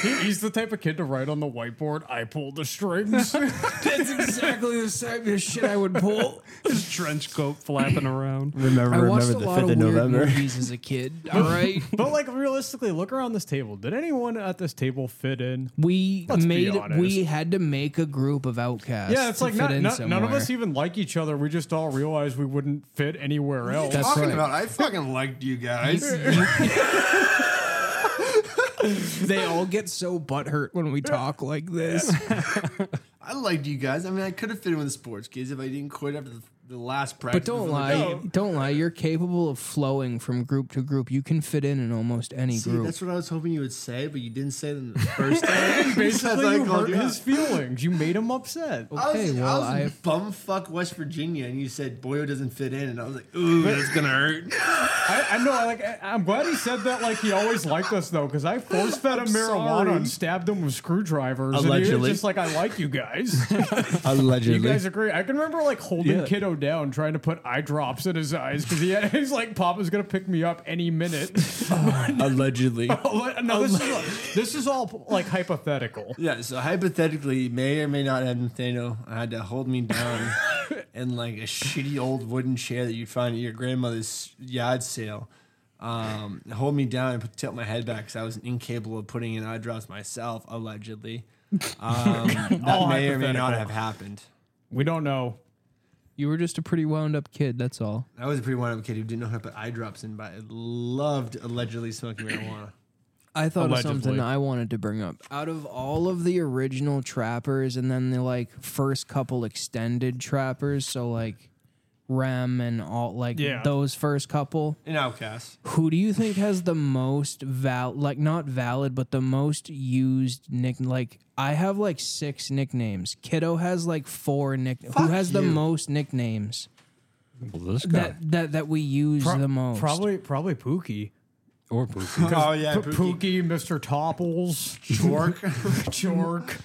Speaker 2: He- he's the type of kid to write on the whiteboard. I pull the strings.
Speaker 3: That's exactly the type of shit I would pull.
Speaker 4: His trench coat flapping around.
Speaker 1: Remember,
Speaker 3: I watched
Speaker 1: remember
Speaker 3: a
Speaker 1: the
Speaker 3: lot
Speaker 1: fifth
Speaker 3: of weird
Speaker 1: of November.
Speaker 3: movies as a kid. All right,
Speaker 2: but like realistically, look around this table. Did anyone at this table fit in?
Speaker 3: we
Speaker 2: Let's be
Speaker 3: made
Speaker 2: honest.
Speaker 3: we had to make a group of outcasts.
Speaker 2: Yeah, it's
Speaker 3: to
Speaker 2: like
Speaker 3: fit
Speaker 2: not,
Speaker 3: in
Speaker 2: not- none of
Speaker 3: somewhere.
Speaker 2: us even like each other. We just all realized we wouldn't fit anywhere else.
Speaker 3: That's right.
Speaker 1: I fucking liked you guys.
Speaker 3: They all get so butthurt when we talk like this.
Speaker 1: I liked you guys. I mean, I could have fit in with the sports kids if I didn't quit after the, the last practice.
Speaker 3: But don't
Speaker 1: before the
Speaker 3: lie,
Speaker 1: game.
Speaker 3: don't lie. You're capable of flowing from group to group. You can fit in in almost any
Speaker 1: See,
Speaker 3: group.
Speaker 1: that's what I was hoping you would say, but you didn't say it in the first time. That's
Speaker 2: Basically,
Speaker 1: why I
Speaker 2: you
Speaker 1: called
Speaker 2: hurt
Speaker 1: you out.
Speaker 2: his feelings. You made him upset.
Speaker 1: I was,
Speaker 3: Okay,
Speaker 1: in-
Speaker 3: well,
Speaker 1: I
Speaker 3: I-
Speaker 1: was in bumfuck West Virginia, and you said Boyo doesn't fit in, and I was like, ooh, that's gonna hurt.
Speaker 2: I, I know. I Like, I, I'm glad he said that. Like, he always liked us though, because I force fed him marijuana
Speaker 1: sorry.
Speaker 2: and stabbed him with screwdrivers. And he was
Speaker 1: Allegedly.
Speaker 2: just like, I like you guys.
Speaker 1: Allegedly,
Speaker 2: you guys agree? I can remember like holding
Speaker 4: Yeah.
Speaker 2: kiddo down, trying to put eye drops in his eyes because he had, he's like, Papa's gonna pick me up any minute.
Speaker 1: allegedly.
Speaker 2: no, this is this is all like hypothetical.
Speaker 1: yeah. So hypothetically, may or may not have Nathaniel had to hold me down in like a shitty old wooden chair that you'd find at your grandmother's yard sale. Um, hold me down and put, tilt my head back because I was incapable of putting in eye drops myself, allegedly. Um, that
Speaker 2: All
Speaker 1: may or may not
Speaker 2: hypothetical.
Speaker 1: have happened.
Speaker 2: We don't know.
Speaker 3: you were just a pretty wound up kid. That's all.
Speaker 1: I was a pretty wound up kid who didn't know how to put eye drops in, but I loved allegedly smoking marijuana.
Speaker 3: I thought of
Speaker 2: Allegedly.
Speaker 3: something I wanted to bring up. Out of all of the original trappers and then the like first couple extended trappers, so like Rem and all like
Speaker 2: Yeah.
Speaker 3: those first couple.
Speaker 1: An outcast.
Speaker 3: Who do you think has the most val like not valid but the most used nick like I have like six nicknames. Kiddo has like four nick who
Speaker 1: Fuck
Speaker 3: has the
Speaker 1: you.
Speaker 3: most nicknames
Speaker 4: Well, this guy
Speaker 3: that that that we use
Speaker 2: Pro-
Speaker 3: the most.
Speaker 2: Probably, probably Pookie.
Speaker 4: or Pookie.
Speaker 1: Oh yeah,
Speaker 2: P- Pookie, Mr. Topples, Chork, Chork.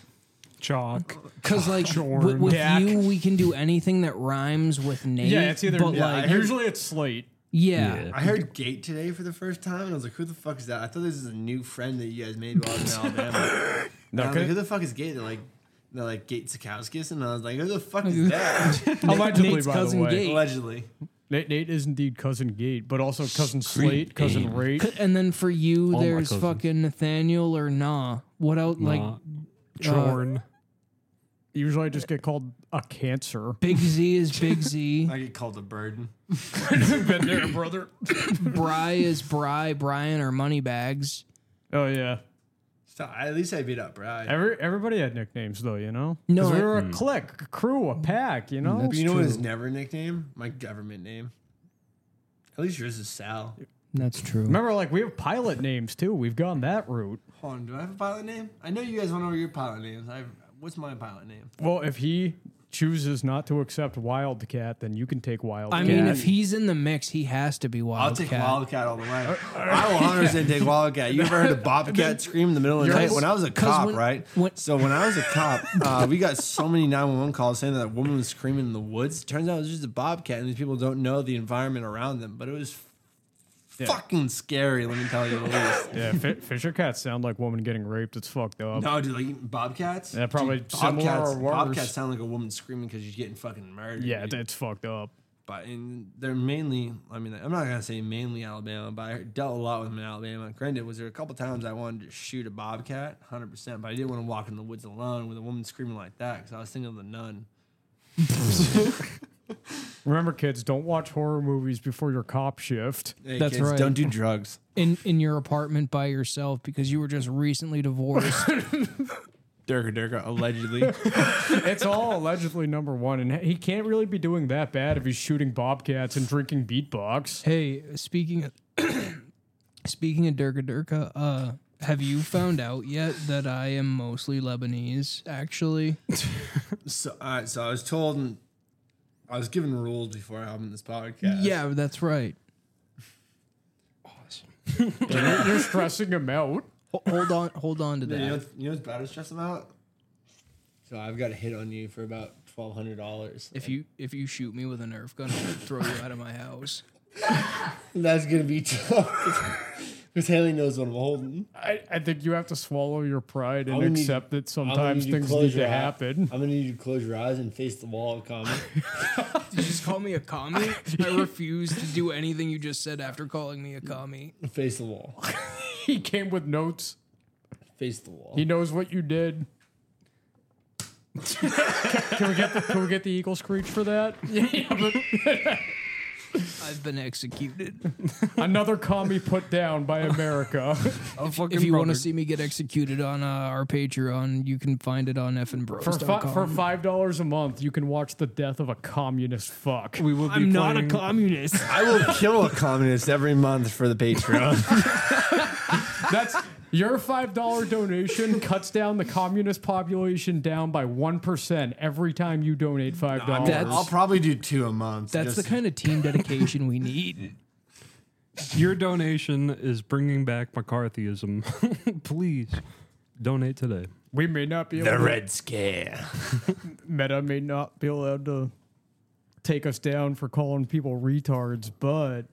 Speaker 4: Chalk.
Speaker 3: Cuz like
Speaker 2: Jorn.
Speaker 3: with, with
Speaker 2: Dak.
Speaker 3: you we can do anything that rhymes with name.
Speaker 2: Yeah, it's either.
Speaker 3: but
Speaker 2: yeah,
Speaker 3: like
Speaker 2: usually it's Slate.
Speaker 3: yeah.
Speaker 4: Yeah.
Speaker 1: I heard Gate today for the first time, and I was like, "Who the fuck is that?" I thought this is a new friend that you guys made while I was in Alabama. And I was
Speaker 2: Okay.
Speaker 1: like, "Who the fuck is Gate?" They're like, "They're like Gate Sikowskis," and I was like, "Who the fuck is that?"
Speaker 2: Allegedly,
Speaker 3: Nate's
Speaker 2: by
Speaker 3: cousin
Speaker 2: the way.
Speaker 3: Gate.
Speaker 1: Allegedly,
Speaker 2: Nate, Nate is indeed cousin Gate, but also cousin Slate, cousin Rate.
Speaker 3: C- And then for you,
Speaker 4: All my
Speaker 3: there's
Speaker 4: cousins.
Speaker 3: fucking Nathaniel or Nah. What else? Like uh,
Speaker 4: Not Uh, Chorn.
Speaker 2: Usually, I just get called a cancer.
Speaker 3: Big Z is Big Z.
Speaker 1: I get called a burden.
Speaker 2: Been there, brother.
Speaker 3: Bry is Bry. Brian or Moneybags.
Speaker 2: Oh yeah.
Speaker 1: So at least I beat up, right?
Speaker 2: Every everybody had nicknames though, you know.
Speaker 3: No,
Speaker 2: 'Cause
Speaker 3: I-
Speaker 2: we were a clique, a crew, a pack, Hmm. you know.
Speaker 1: But you know what is never a nickname? My government name. At least yours is Sal.
Speaker 3: That's true.
Speaker 2: Remember, like we have pilot names too. We've gone that route.
Speaker 1: Hold on, do I have a pilot name? I know you guys want to know your pilot names. I what's my pilot name?
Speaker 2: Well, if he chooses not to accept Wildcat, then you can take Wildcat.
Speaker 3: I mean, if he's in the mix, he has to be
Speaker 1: I'll
Speaker 3: Wildcat.
Speaker 1: take Wildcat all the way. I will 100 take Wildcat. You ever heard a bobcat scream in the middle of the night? When I was a
Speaker 3: 'cause
Speaker 1: cop,
Speaker 3: when-
Speaker 1: right?
Speaker 3: when-
Speaker 1: so when I was a cop, uh, we got so many 911 calls saying that a woman was screaming in the woods. Turns out it was just a bobcat, and these people don't know the environment around them. But it was fucking scary. Let me tell you the least.
Speaker 2: yeah, fi- Fisher cats sound like woman getting raped. It's fucked up.
Speaker 1: No, dude, like bobcats.
Speaker 2: Yeah, probably
Speaker 1: Dude,
Speaker 2: similar
Speaker 1: bobcats,
Speaker 2: or worse.
Speaker 1: bobcats sound like a woman screaming because she's getting fucking murdered.
Speaker 2: Yeah,
Speaker 1: dude.
Speaker 2: it- it's fucked up.
Speaker 1: but and they're mainly. I mean, I'm not gonna say mainly Alabama, but I dealt a lot with them in Alabama. Granted, was there a couple times I wanted to shoot a bobcat, 100, percent but I didn't want to walk in the woods alone with a woman screaming like that because I was thinking of the nun.
Speaker 2: Remember, kids, don't watch horror movies before your cop shift.
Speaker 1: Hey,
Speaker 3: That's right.
Speaker 1: Don't do drugs.
Speaker 3: in in your apartment by yourself because you were just recently divorced.
Speaker 1: Durga Durga, allegedly.
Speaker 2: It's all allegedly number one, and he can't really be doing that bad if he's shooting bobcats and drinking beatbox.
Speaker 3: hey, speaking of, speaking of Durga Durga, uh, have you found out yet that I am mostly Lebanese? Actually,
Speaker 1: so, all right. So I was told, I was given rules before I opened this podcast.
Speaker 3: yeah, that's right.
Speaker 2: You're, you're stressing him out.
Speaker 3: Ho- Hold on, hold on to
Speaker 1: Yeah,
Speaker 3: that.
Speaker 1: You know, what's- you know what's bad to stress about? So I've got a hit on you for about twelve hundred dollars.
Speaker 3: If you if you shoot me with a Nerf gun, I'm gonna throw you out of my house.
Speaker 1: That's gonna be tough. Because Haley knows what I'm holding.
Speaker 2: I, I think you have to swallow your pride
Speaker 1: I'm
Speaker 2: and
Speaker 1: gonna need-
Speaker 2: accept that
Speaker 1: I'm gonna
Speaker 2: sometimes
Speaker 1: you
Speaker 2: things
Speaker 1: close
Speaker 2: need to
Speaker 1: your eye-
Speaker 2: happen.
Speaker 1: I'm gonna need you to close your eyes and face the wall of comment.
Speaker 3: Did you just call me a commie? I refuse to do anything you just said after calling me a commie.
Speaker 1: face the wall.
Speaker 2: He came with notes.
Speaker 1: Face the wall.
Speaker 2: He knows what you did. can we get the can we get the eagle screech for that?
Speaker 3: I've been executed.
Speaker 2: Another commie put down by America.
Speaker 3: If you want to see me get executed on uh, our Patreon, you can find it on
Speaker 2: For, fi-
Speaker 3: fnbros.com.
Speaker 2: for five dollars a month, you can watch the death of a communist fuck.
Speaker 4: we will be
Speaker 3: I'm not a
Speaker 4: playing-
Speaker 3: communist.
Speaker 1: I will kill a communist every month for the Patreon.
Speaker 2: That's your five dollar donation cuts down the communist population down by one percent every time you donate five dollars.
Speaker 3: That's-
Speaker 1: I'll probably do two a month.
Speaker 3: That's the kind of team dedication we need.
Speaker 4: Your donation is bringing back McCarthyism. Please donate today.
Speaker 2: we may not be able
Speaker 1: the
Speaker 2: to,
Speaker 1: Red Scare.
Speaker 2: Meta may not be allowed to take us down for calling people retards, but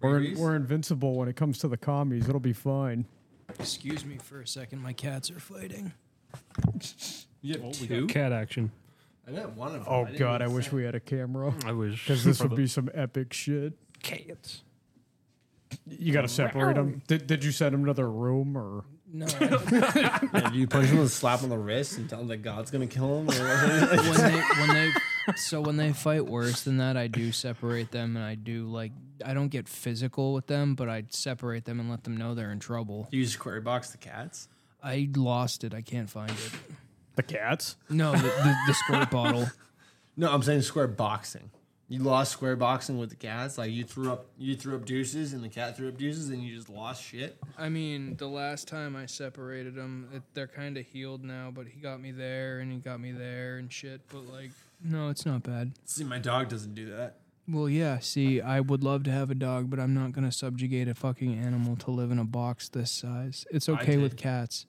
Speaker 2: we're,
Speaker 1: Rabies?
Speaker 2: we're invincible when it comes to the commies. It'll be fine.
Speaker 3: Excuse me for a second. My cats are fighting.
Speaker 1: You have two?
Speaker 4: Cat action.
Speaker 1: I meant one of them.
Speaker 2: Oh
Speaker 1: didn't
Speaker 2: god, I
Speaker 1: even
Speaker 2: wish
Speaker 1: say-
Speaker 2: we had a camera.
Speaker 4: I wish
Speaker 2: Because this would be some epic shit.
Speaker 4: cats.
Speaker 2: You gotta separate them. Did, did you send them to their room or?
Speaker 3: No,
Speaker 1: Yeah, do you punch him with a slap on the wrist and tell him that God's gonna kill him? Or
Speaker 3: when they when they so when they fight worse than that, I do separate them and I do like I don't get physical with them, but I separate them and let them know they're in trouble.
Speaker 1: you square box the cats?
Speaker 3: I lost it. I can't find it.
Speaker 2: The cats?
Speaker 3: No, the, the, the squirt bottle.
Speaker 1: No, I'm saying square boxing. You lost square boxing with the cats. Like you threw up, you threw up deuces, and the cat threw up deuces, and you just lost shit.
Speaker 3: I mean, the last time I separated them, it, they're kind of healed now, but he got me there and he got me there and shit. But like, no, it's not bad.
Speaker 1: See, my dog doesn't do that.
Speaker 3: Well, yeah. See, I would love to have a dog, but I'm not gonna subjugate a fucking animal to live in a box this size. It's
Speaker 1: I
Speaker 3: okay with
Speaker 1: did.
Speaker 3: cats.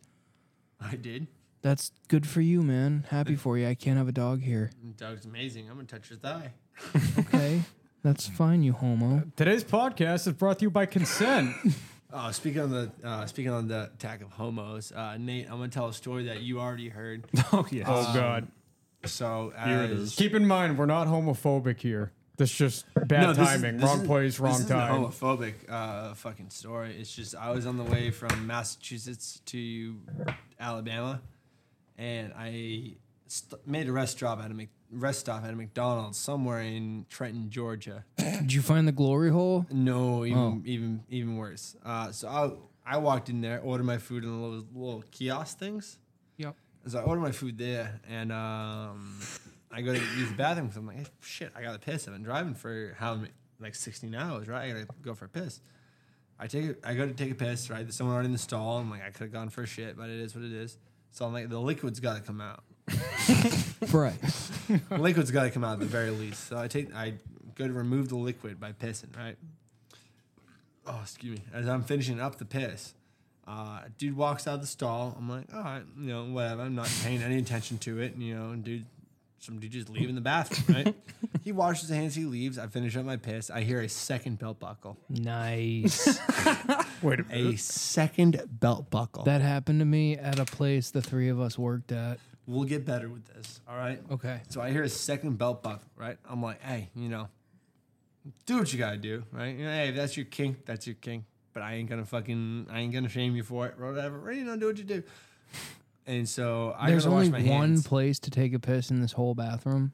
Speaker 1: I did.
Speaker 3: That's good for you, man. Happy for you. I can't have a dog here.
Speaker 1: My dog's amazing. I'm gonna touch your thigh.
Speaker 3: Okay, that's fine, you homo.
Speaker 2: Today's podcast is brought to you by consent.
Speaker 1: Uh, speaking on the uh, speaking on the attack of homos, uh, Nate, I'm gonna tell a story that you already heard.
Speaker 4: oh yes.
Speaker 2: oh God.
Speaker 1: So
Speaker 4: Here it
Speaker 1: as-
Speaker 4: is.
Speaker 2: Keep in mind, we're not homophobic here. That's just bad
Speaker 1: No, this is-
Speaker 2: timing,
Speaker 1: this
Speaker 2: wrong
Speaker 1: is-
Speaker 2: place, wrong
Speaker 1: this isn't a
Speaker 2: time.
Speaker 1: homophobic uh, fucking story. It's just I was on the way from Massachusetts to Alabama, and I st- made a rest stop at a Mc- rest stop at a McDonald's somewhere in Trenton, Georgia.
Speaker 3: Did you find the glory hole?
Speaker 1: No, even even even worse. Uh, so I I walked in there, ordered my food in those little kiosk things.
Speaker 3: Yep.
Speaker 1: So I ordered my food there, and um, I go to use the bathroom because I'm like, "Hey, shit, I got to piss. I've been driving for how many, like 16 hours, right? I gotta go for a piss. I take, a- I go to take a piss, right? There's someone already in the stall. I'm like, I could have gone for a shit, but it is what it is. So I'm like, the liquid's got to come out.
Speaker 3: Bryce.
Speaker 1: liquid's got to come out at the very least. So I take, I go to remove the liquid by pissing, right? Oh, excuse me. As I'm finishing up the piss, uh, dude walks out of the stall. I'm like, all right, you know, whatever. I'm not paying any attention to it. You know, and dude, some dude just leaving the bathroom, right? he washes his hands, he leaves. I finish up my piss. I hear a second belt buckle.
Speaker 3: Nice.
Speaker 2: Wait a
Speaker 1: A second belt buckle.
Speaker 3: that happened to me at a place the three of us worked at.
Speaker 1: we'll get better with this, all right?
Speaker 3: Okay.
Speaker 1: So I hear a second belt buckle, right? I'm like, hey, you know, do what you gotta do, right? You know, hey, if that's your kink, that's your kink. But I ain't gonna fucking, I ain't gonna shame you for it, or whatever. Right? You know, do what you do. And so I
Speaker 3: There's
Speaker 1: gotta
Speaker 3: only
Speaker 1: wash my
Speaker 3: one
Speaker 1: hands.
Speaker 3: place to take a piss in this whole bathroom.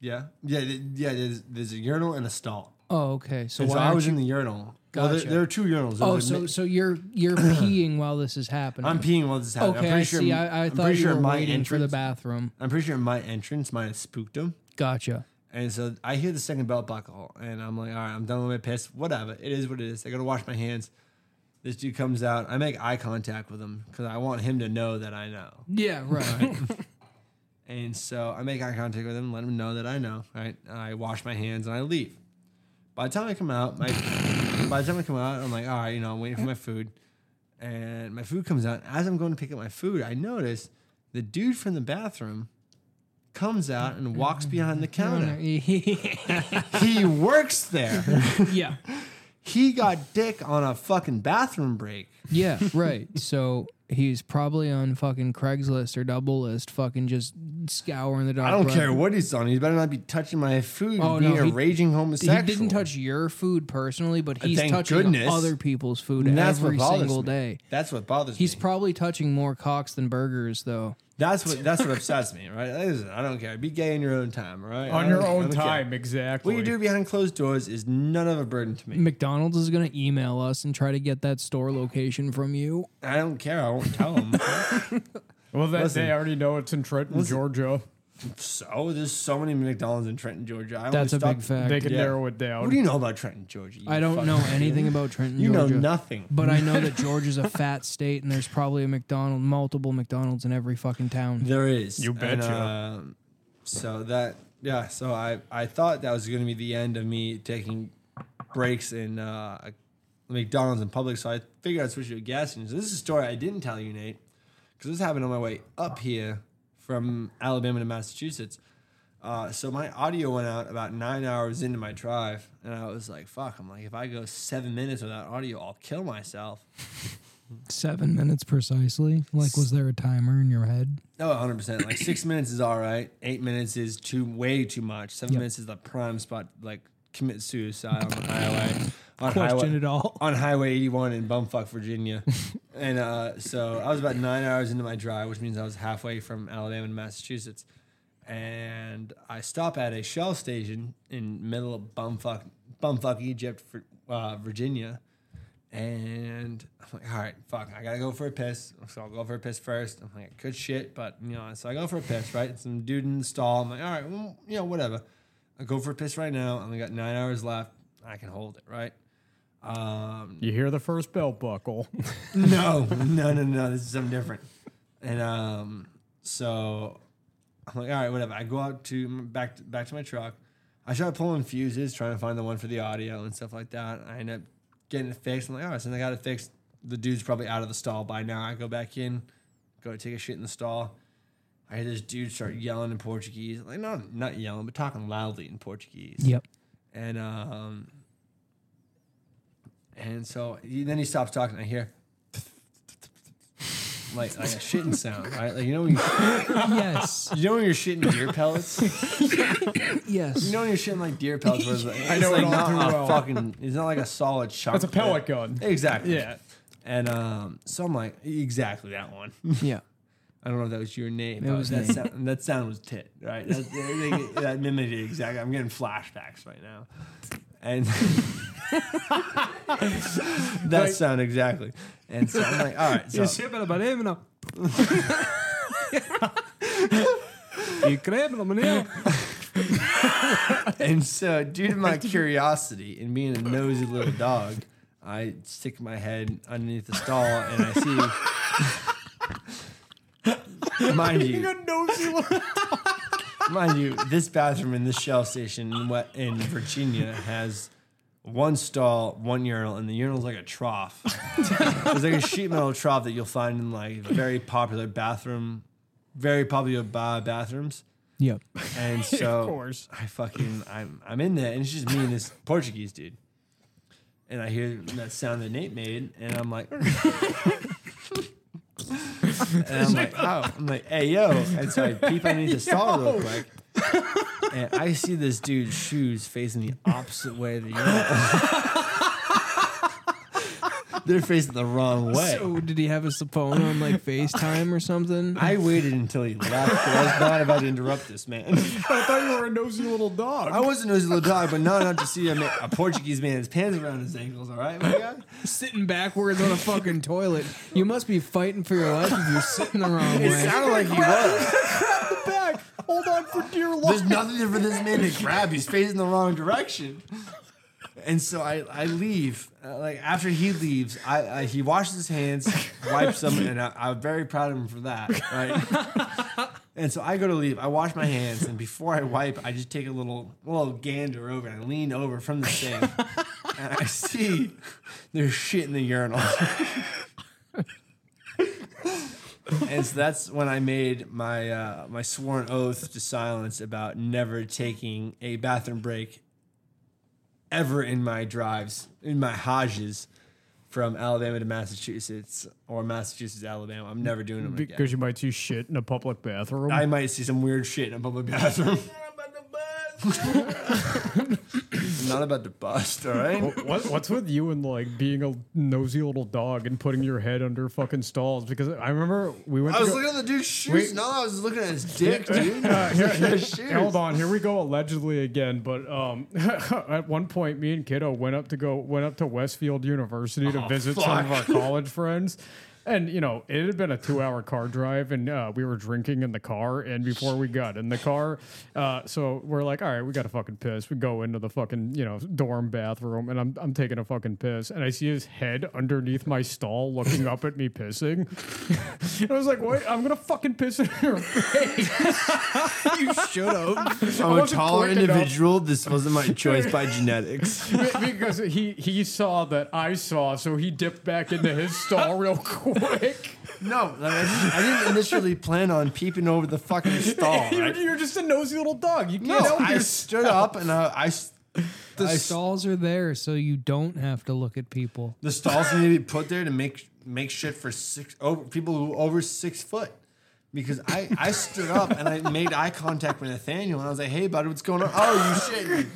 Speaker 1: yeah, yeah, th- yeah. There's, there's a urinal and a stall.
Speaker 3: Oh, okay. So
Speaker 1: And
Speaker 3: why
Speaker 1: so I
Speaker 3: aren't
Speaker 1: was
Speaker 3: you-
Speaker 1: in the urinal. Well, there,
Speaker 3: Gotcha.
Speaker 1: there are two urinals. There
Speaker 3: Oh,
Speaker 1: was a
Speaker 3: so
Speaker 1: mi-
Speaker 3: so you're you're peeing while this is happening.
Speaker 1: I'm peeing while this is happening.
Speaker 3: Okay,
Speaker 1: I'm pretty
Speaker 3: I
Speaker 1: sure.
Speaker 3: see. I, I
Speaker 1: am
Speaker 3: thought
Speaker 1: pretty
Speaker 3: you
Speaker 1: sure
Speaker 3: were
Speaker 1: my
Speaker 3: waiting
Speaker 1: entrance.
Speaker 3: for the bathroom.
Speaker 1: I'm pretty sure my entrance might have spooked him.
Speaker 3: Gotcha.
Speaker 1: And so I hear the second belt buckle, and I'm like, all right, I'm done with my piss. Whatever. It is what it is. I got to wash my hands. This dude comes out. I make eye contact with him because I want him to know that I know.
Speaker 3: Yeah, right.
Speaker 1: And so I make eye contact with him, let him know that I know. Right. I wash my hands and I leave. By the time I come out, my by the time I come out, I'm like, all right, you know, I'm waiting for my food, and my food comes out. As I'm going to pick up my food, I notice the dude from the bathroom comes out and walks behind the counter. He works there.
Speaker 3: yeah.
Speaker 1: he got dick on a fucking bathroom break.
Speaker 3: Yeah, right. So he's probably on fucking Craigslist or Double List, fucking just scouring the dark.
Speaker 1: I don't
Speaker 3: web.
Speaker 1: care what he's on. He better not be touching my food.
Speaker 3: Oh,
Speaker 1: and being
Speaker 3: no,
Speaker 1: a
Speaker 3: he-
Speaker 1: raging
Speaker 3: He
Speaker 1: homosexual.
Speaker 3: didn't touch your food personally, but he's
Speaker 1: thank
Speaker 3: touching
Speaker 1: goodness.
Speaker 3: other people's food
Speaker 1: And
Speaker 3: every
Speaker 1: bothers
Speaker 3: single
Speaker 1: me.
Speaker 3: day.
Speaker 1: That's what bothers
Speaker 3: He's
Speaker 1: me.
Speaker 3: probably touching more cocks than burgers, though.
Speaker 1: that's what that's what upsets me. Right? Listen, I don't care. Be gay in your own time. all Right? I
Speaker 2: On your
Speaker 1: don't- I
Speaker 2: own
Speaker 1: don't care.
Speaker 2: time, exactly.
Speaker 1: What you do behind closed doors is none of a burden to me.
Speaker 3: McDonald's is gonna email us and try to get that store location from you.
Speaker 1: I don't care. I won't tell him.
Speaker 2: Well, that,
Speaker 1: Listen.
Speaker 2: they already know it's in Trenton, Georgia.
Speaker 1: so there's so many McDonald's in Trenton, Georgia. I only
Speaker 3: That's a
Speaker 1: stopped-
Speaker 3: big fact.
Speaker 2: They can
Speaker 1: Uh, Yeah.
Speaker 2: narrow it down.
Speaker 1: What do you know about Trenton, Georgia? you
Speaker 3: I don't
Speaker 1: fucking
Speaker 3: know
Speaker 1: idiot?
Speaker 3: anything about Trenton,
Speaker 1: You know
Speaker 3: Georgia,
Speaker 1: nothing.
Speaker 3: but I know that Georgia's a fat state, and there's probably a McDonald, multiple McDonald's in every fucking town.
Speaker 1: There is.
Speaker 2: You
Speaker 1: And,
Speaker 2: betcha.
Speaker 1: um, so that yeah, so I I thought that was going to be the end of me taking breaks in uh, McDonald's in public, so I figured I'd switch to a gas station. So this is a story I didn't tell you, Nate, because this happened on my way up here from Alabama to Massachusetts. Uh, so my audio went out about nine hours into my drive, and I was like, "Fuck!" I'm like, if I go seven minutes without audio, I'll kill myself.
Speaker 3: Seven minutes precisely. Like, was there a timer in your head?
Speaker 1: No, 100. Oh, percent Like six minutes is all right. Eight minutes is too way too much. Seven minutes is the prime spot. Like commit suicide on the highway. On highway,
Speaker 3: all.
Speaker 1: on Highway 81 in Bumfuck, Virginia. and uh, so I was about nine hours into my drive, which means I was halfway from Alabama to Massachusetts. And I stop at a Shell station in middle of Bumfuck, Bumfuck, Egypt, Vir- uh, Virginia. And I'm like, all right, fuck, I gotta go for a piss. So I'll go for a piss first. I'm like, I could shit, but you know, so I go for a piss, right? Some dude in the stall. I'm like, all right, well, you know, whatever. I go for a piss right now. I only got nine hours left. I can hold it, right? Um,
Speaker 2: You hear the first belt buckle.
Speaker 1: no, no, no, no. This is something different. And um, so I'm like, all right, whatever. I go out to back to, back to my truck. I start pulling fuses, trying to find the one for the audio and stuff like that. I end up getting it fixed. I'm like, all right, since I got it fixed, the dude's probably out of the stall by now. I go back in, go take a shit in the stall. I hear this dude start yelling in Portuguese, like not not yelling, but talking loudly in Portuguese
Speaker 3: Yep.
Speaker 1: and um, and so he, then he stops talking. I hear like like a shitting sound, right? Like you know when you,
Speaker 3: yes.
Speaker 1: you know when you're shitting deer pellets.
Speaker 3: Yes.
Speaker 1: You know when you're shitting like deer pellets. Where it's like, it's
Speaker 2: know it
Speaker 1: like
Speaker 2: all
Speaker 1: not
Speaker 2: too
Speaker 1: a
Speaker 2: well.
Speaker 1: fucking. It's not like a solid chunk.
Speaker 2: That's a pellet gun.
Speaker 1: Exactly.
Speaker 2: Yeah.
Speaker 1: And um, so I'm like, exactly that one.
Speaker 3: Yeah.
Speaker 1: I don't know if that was your name.
Speaker 3: It
Speaker 1: but
Speaker 3: was
Speaker 1: that,
Speaker 3: me.
Speaker 1: sound, that sound was tit, right? That, that, that mimicked it exactly. I'm getting flashbacks right now. And that
Speaker 2: Like-
Speaker 1: sound exactly. And so I'm like, all right. So, and so, due to my curiosity and being a nosy little dog, I stick my head underneath the stall and I see. Mind you, Mind you, this bathroom in this Shell station in, what, in Virginia has one stall, one urinal, and the urinal's like a trough. it's like a sheet metal trough that you'll find in like very popular bathroom, very popular ba- bathrooms.
Speaker 3: Yep.
Speaker 1: And so,
Speaker 2: course.
Speaker 1: I fucking I'm I'm in there, and it's just me and this Portuguese dude. And I hear that sound that Nate made, and I'm like, and I'm like, oh, I'm like, hey yo, and so I peep underneath the stall real quick, and I see this dude's shoes facing the opposite way of the urinal. They're facing the wrong way.
Speaker 3: So did he have his phone on like FaceTime or something?
Speaker 1: I waited until he left. 'cause I was not about to interrupt this man.
Speaker 2: I thought you were a nosy little dog.
Speaker 1: I was a nosy little dog, but not enough to see a, ma- a Portuguese man's pants around his ankles. All right, my guy.
Speaker 3: sitting backwards on a fucking toilet. You must be fighting for your life if you're sitting the wrong
Speaker 1: It
Speaker 3: way.
Speaker 1: sounded like he was.
Speaker 2: back. Hold on for dear life.
Speaker 1: There's nothing there for this man to grab. He's facing the wrong direction. And so I, I leave. Uh, like after he leaves, I, I he washes his hands, wipes them, and I, I'm very proud of him for that. Right. And so I go to leave. I wash my hands, and before I wipe, I just take a little little gander over, and I lean over from the sink, and I see there's shit in the urinal. and so that's when I made my uh, my sworn oath to silence about never taking a bathroom break ever in my drives, in my Hodges from Alabama to Massachusetts or Massachusetts to Alabama. I'm never doing them again.
Speaker 2: Because you might see shit in a public bathroom.
Speaker 1: I might see some weird shit in a public bathroom. I'm not about to bust, all right?
Speaker 2: what, what's with you and like being a nosy little dog and putting your head under fucking stalls? Because I remember we went.
Speaker 1: I
Speaker 2: to
Speaker 1: was
Speaker 2: go-
Speaker 1: looking at the dude's shoes.
Speaker 2: Wait.
Speaker 1: No, I was looking at his dick, dude. His shoes.
Speaker 2: Hold on, here we go allegedly again. But um, at one point, me and Kiddo went up to go went up to Westfield University to visit some of our college friends. And you know, it had been a two-hour car drive, and uh, we were drinking in the car. And before we got in the car, uh, so we're like, "All right, we got to fucking piss." We go into the fucking you know dorm bathroom, and I'm I'm taking a fucking piss, and I see his head underneath my stall, looking up at me pissing. and I was like, "Wait, I'm gonna fucking piss in your
Speaker 3: You should have.
Speaker 1: I'm a
Speaker 2: wasn't
Speaker 1: taller
Speaker 2: quick enough.
Speaker 1: individual. This wasn't my choice by genetics.
Speaker 2: because he he saw that I saw, so he dipped back into his stall real quick.
Speaker 1: No, like, I, didn't, I didn't initially plan on peeping over the fucking stall.
Speaker 2: You're,
Speaker 1: Right?
Speaker 2: you're just a nosy little dog. You
Speaker 1: No,
Speaker 2: can't help
Speaker 1: I
Speaker 2: yourself.
Speaker 1: stood up and I, I s-
Speaker 3: The
Speaker 1: I s-
Speaker 3: stalls are there so you don't have to look at people.
Speaker 1: the stalls need to be put there to make make shit for six over, people who are over six foot. Because I, I stood up and I made eye contact with Nathaniel and I was like, "Hey, buddy, what's going on? Oh, you shit!